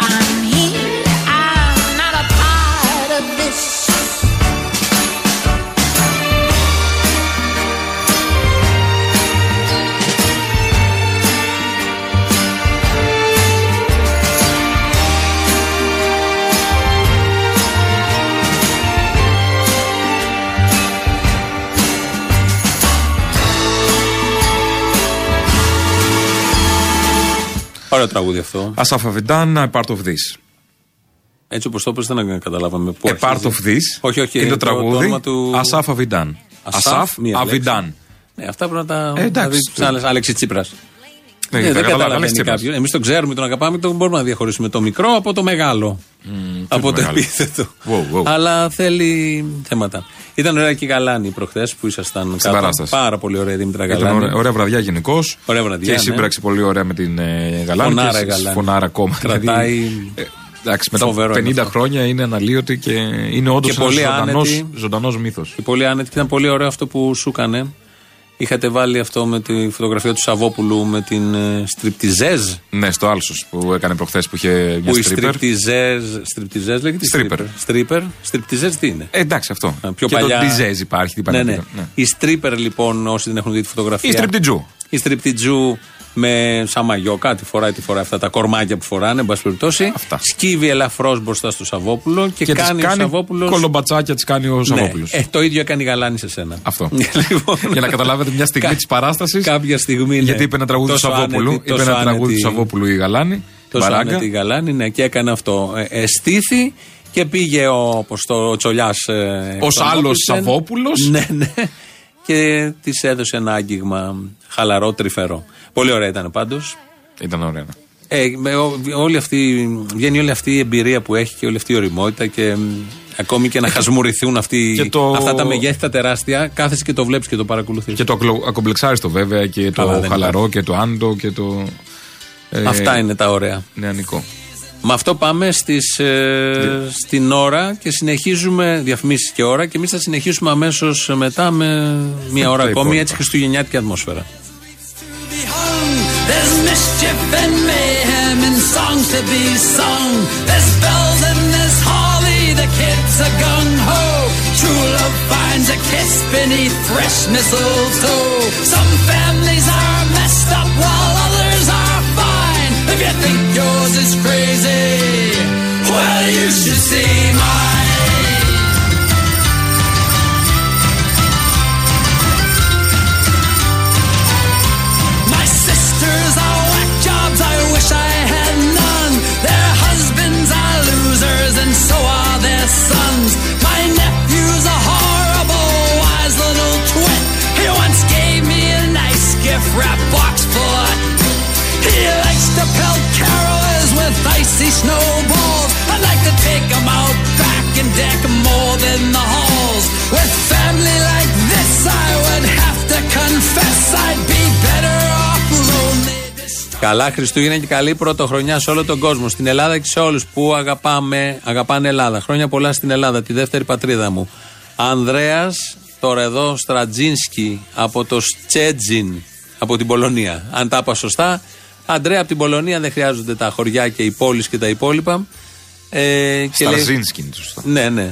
[SPEAKER 7] I'm here, I'm not a part of this.
[SPEAKER 2] Ωραίο τραγούδι αυτό.
[SPEAKER 3] Asaf Avidan, a part of this.
[SPEAKER 2] Έτσι όπως το είπες, δεν καταλάβαμε πού.
[SPEAKER 3] A part of
[SPEAKER 2] αρχίζει.
[SPEAKER 3] this
[SPEAKER 2] Όχι, όχι.
[SPEAKER 3] είναι το
[SPEAKER 2] Το
[SPEAKER 3] τραγούδι
[SPEAKER 2] όνομα του...
[SPEAKER 3] Asaf Avidan. Asaf
[SPEAKER 2] μία λέξη.
[SPEAKER 3] Avidan.
[SPEAKER 2] Ναι, αυτά πρέπει να τα.
[SPEAKER 3] Ε, εντάξει.
[SPEAKER 2] Αλέξη Τσίπρας.
[SPEAKER 3] Ναι,
[SPEAKER 2] Ναι,
[SPEAKER 3] τα
[SPEAKER 2] δεν
[SPEAKER 3] καταλάβαμε,
[SPEAKER 2] καταλαβαίνει
[SPEAKER 3] Τσίπρας.
[SPEAKER 2] κάποιο. Εμεί τον ξέρουμε, τον αγαπάμε, τον μπορούμε να διαχωρίσουμε το μικρό από το μεγάλο.
[SPEAKER 3] το
[SPEAKER 2] από το,
[SPEAKER 3] μεγάλο.
[SPEAKER 2] επίθετο.
[SPEAKER 3] Wow, wow.
[SPEAKER 2] Αλλά θέλει θέματα. Ήταν ωραία και η Γαλάνη προχθές που ήσασταν κάτω.
[SPEAKER 3] παράσταση.
[SPEAKER 2] Πάρα πολύ ωραία η Δήμητρα
[SPEAKER 3] Ήταν
[SPEAKER 2] Γαλάνη.
[SPEAKER 3] ωραία, ωραία βραδιά γενικώ.
[SPEAKER 2] Ωραία βραδιά,
[SPEAKER 3] Και η
[SPEAKER 2] ναι.
[SPEAKER 3] σύμπραξη πολύ ωραία με την ε, Γαλάνη.
[SPEAKER 2] Φωνάρα
[SPEAKER 3] και
[SPEAKER 2] η Γαλάνη.
[SPEAKER 3] Φωνάρα ακόμα.
[SPEAKER 2] Κρατάει
[SPEAKER 3] Δηλαδή, ε, εντάξει, μετά από
[SPEAKER 2] φοβερό
[SPEAKER 3] 50
[SPEAKER 2] είναι αυτό.
[SPEAKER 3] χρόνια είναι αναλύωτη και είναι όντω
[SPEAKER 2] Και πολύ άνετη.
[SPEAKER 3] ζωντανός μύθος.
[SPEAKER 2] Και πολύ άνετη και ήταν πολύ ωραίο αυτό που σου έκανε. Είχατε βάλει αυτό με τη φωτογραφία του Σαββόπουλου με την ε, στριπτιζέζ.
[SPEAKER 3] Ναι, στο άλσος που έκανε προχθές που είχε μια
[SPEAKER 2] Που η
[SPEAKER 3] stripper.
[SPEAKER 2] στριπτιζέζ. Στριπτιζέζ λέγεται.
[SPEAKER 3] Stripper.
[SPEAKER 2] Στρίπερ. Στριπτιζέζ τι είναι.
[SPEAKER 3] Ε, εντάξει, αυτό.
[SPEAKER 2] Α, Πιο
[SPEAKER 3] και
[SPEAKER 2] παλιά.
[SPEAKER 3] το Dizeez υπάρχει. Τι
[SPEAKER 2] ναι,
[SPEAKER 3] υπάρχει,
[SPEAKER 2] ναι.
[SPEAKER 3] ναι.
[SPEAKER 2] Η stripper λοιπόν, όσοι δεν έχουν δει τη φωτογραφία.
[SPEAKER 3] Η striptitζού.
[SPEAKER 2] Η στριπτιτζού με σαν μαγιό, κάτι φοράει, τι φοράει αυτά τα κορμάκια που φοράνε, εν πάση περιπτώσει.
[SPEAKER 3] Αυτά.
[SPEAKER 2] Σκύβει ελαφρώς μπροστά στο Σαββόπουλο και,
[SPEAKER 3] Και τις
[SPEAKER 2] κάνει, ο
[SPEAKER 3] κάνει
[SPEAKER 2] Σαββόπουλος
[SPEAKER 3] κολομπατσάκια τη κάνει ο Σαββόπουλο.
[SPEAKER 2] Ναι, ε, το ίδιο έκανε η Γαλάνη σε σένα.
[SPEAKER 3] Αυτό.
[SPEAKER 2] λοιπόν,
[SPEAKER 3] Για να καταλάβετε μια στιγμή
[SPEAKER 2] κα-
[SPEAKER 3] της παράστασης.
[SPEAKER 2] Κάποια στιγμή. ναι.
[SPEAKER 3] Γιατί είπε ένα τραγούδι του
[SPEAKER 2] Τόσο
[SPEAKER 3] Σαββόπουλου.
[SPEAKER 2] άνετη-
[SPEAKER 3] Είπε
[SPEAKER 2] τόσο
[SPEAKER 3] ένα τραγούδι του
[SPEAKER 2] άνετη-
[SPEAKER 3] Σαββόπουλου η Γαλάνη.
[SPEAKER 2] Τόσο
[SPEAKER 3] Μπαράγκα.
[SPEAKER 2] άνετη η Γαλάνη, ναι, και έκανε αυτό. Ε, ε, στήθη και πήγε ο, όπως το, ο Τσολιά.
[SPEAKER 3] Ως άλλος Σαββόπουλος.
[SPEAKER 2] Ναι, ναι. Και της έδωσε ένα άγγιγμα χαλαρό, τρυφερό. Πολύ ωραία ήταν πάντως.
[SPEAKER 3] Ήταν ωραία. ναι.
[SPEAKER 2] Ε, με ό- όλη αυτή, βγαίνει όλη αυτή η εμπειρία που έχει και όλη αυτή η ωριμότητα και μ, ακόμη και να χασμουριθούν αυτοί,
[SPEAKER 3] Ε, και το-
[SPEAKER 2] αυτά τα μεγέθη τα τεράστια, κάθεσαι και το βλέπεις και το παρακολουθείς.
[SPEAKER 3] Και το ακλο- ακομπλεξάριστο βέβαια και
[SPEAKER 2] Καλά,
[SPEAKER 3] το
[SPEAKER 2] δεν
[SPEAKER 3] χαλαρό και το άντο και το. ε,
[SPEAKER 2] Αυτά είναι τα ωραία.
[SPEAKER 3] Νεανικό.
[SPEAKER 2] Με αυτό πάμε στις, ε, στην ώρα και συνεχίζουμε διαφημίσεις και ώρα και εμείς θα συνεχίσουμε αμέσως μετά με μία ώρα
[SPEAKER 3] Τα
[SPEAKER 2] ακόμη
[SPEAKER 3] υπόλοιπα.
[SPEAKER 2] έτσι χριστουγεννιάτικη ατμόσφαιρα.
[SPEAKER 5] Behold, There's mischief and mayhem and songs to be sung. There's bells and there's holly, the kids are gung ho. True love finds a kiss beneath fresh mistletoe. Some families are messed up while others are fine. If you think yours is crazy, well, you should see mine. My sisters are whack jobs, I wish I had none. Their husbands are losers, and so are their sons. My nephew's a horrible, wise little twit. He once gave me a nice gift wrap box full of. He likes to pelt carolers with icy snowballs. I'd like to take him out back and deck 'em more than the halls. With family like this, I would have to confess I'd be better off lonely.
[SPEAKER 2] Καλά Χριστούγεννα και καλή πρωτοχρονιά σε όλο τον κόσμο, στην Ελλάδα και σε όλους που αγαπάμε, αγαπάνε Ελλάδα. Χρόνια πολλά στην Ελλάδα, τη δεύτερη πατρίδα μου. Ανδρέας, τώρα εδώ, Στρατζίνσκι από το Στσέτζιν, από την Πολωνία. Αν τα είπα σωστά, Ανδρέα από την Πολωνία, δεν χρειάζονται τα χωριά και οι πόλεις και τα υπόλοιπα. Ε, και λέει-
[SPEAKER 3] Στραζίνσκι είναι σωστό.
[SPEAKER 2] ναι, ναι.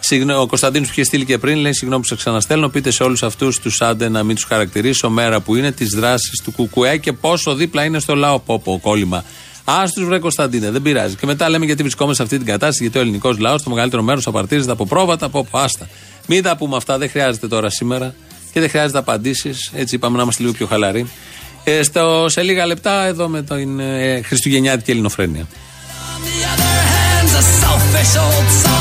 [SPEAKER 2] Συγγνώ- ο Κωνσταντίνος που είχε στείλει και πριν λέει: Συγγνώμη που σα ξαναστέλνω. Πείτε σε όλους αυτούς τους άντε να μην τους χαρακτηρίσω μέρα που είναι τις δράσεις του Κουκουέ και πόσο δίπλα είναι στο λαό. Πόπο, κόλλημα. Ας τους βρε Κωνσταντίνε, δεν πειράζει. Και μετά λέμε γιατί βρισκόμαστε σε αυτή την κατάσταση, γιατί ο ελληνικός λαός το μεγαλύτερο μέρος απαρτίζεται από πρόβατα, από άστα. Μην τα πούμε αυτά, δεν χρειάζεται τώρα σήμερα και δεν χρειάζεται απαντήσεις. Έτσι είπαμε να είμαστε λίγο πιο χαλαροί. Ε, στο, σε λίγα λεπτά εδώ με την ε, Χριστουγεννιάτικη Ελληνοφρένεια.
[SPEAKER 5] On the other hand's a selfish old soul.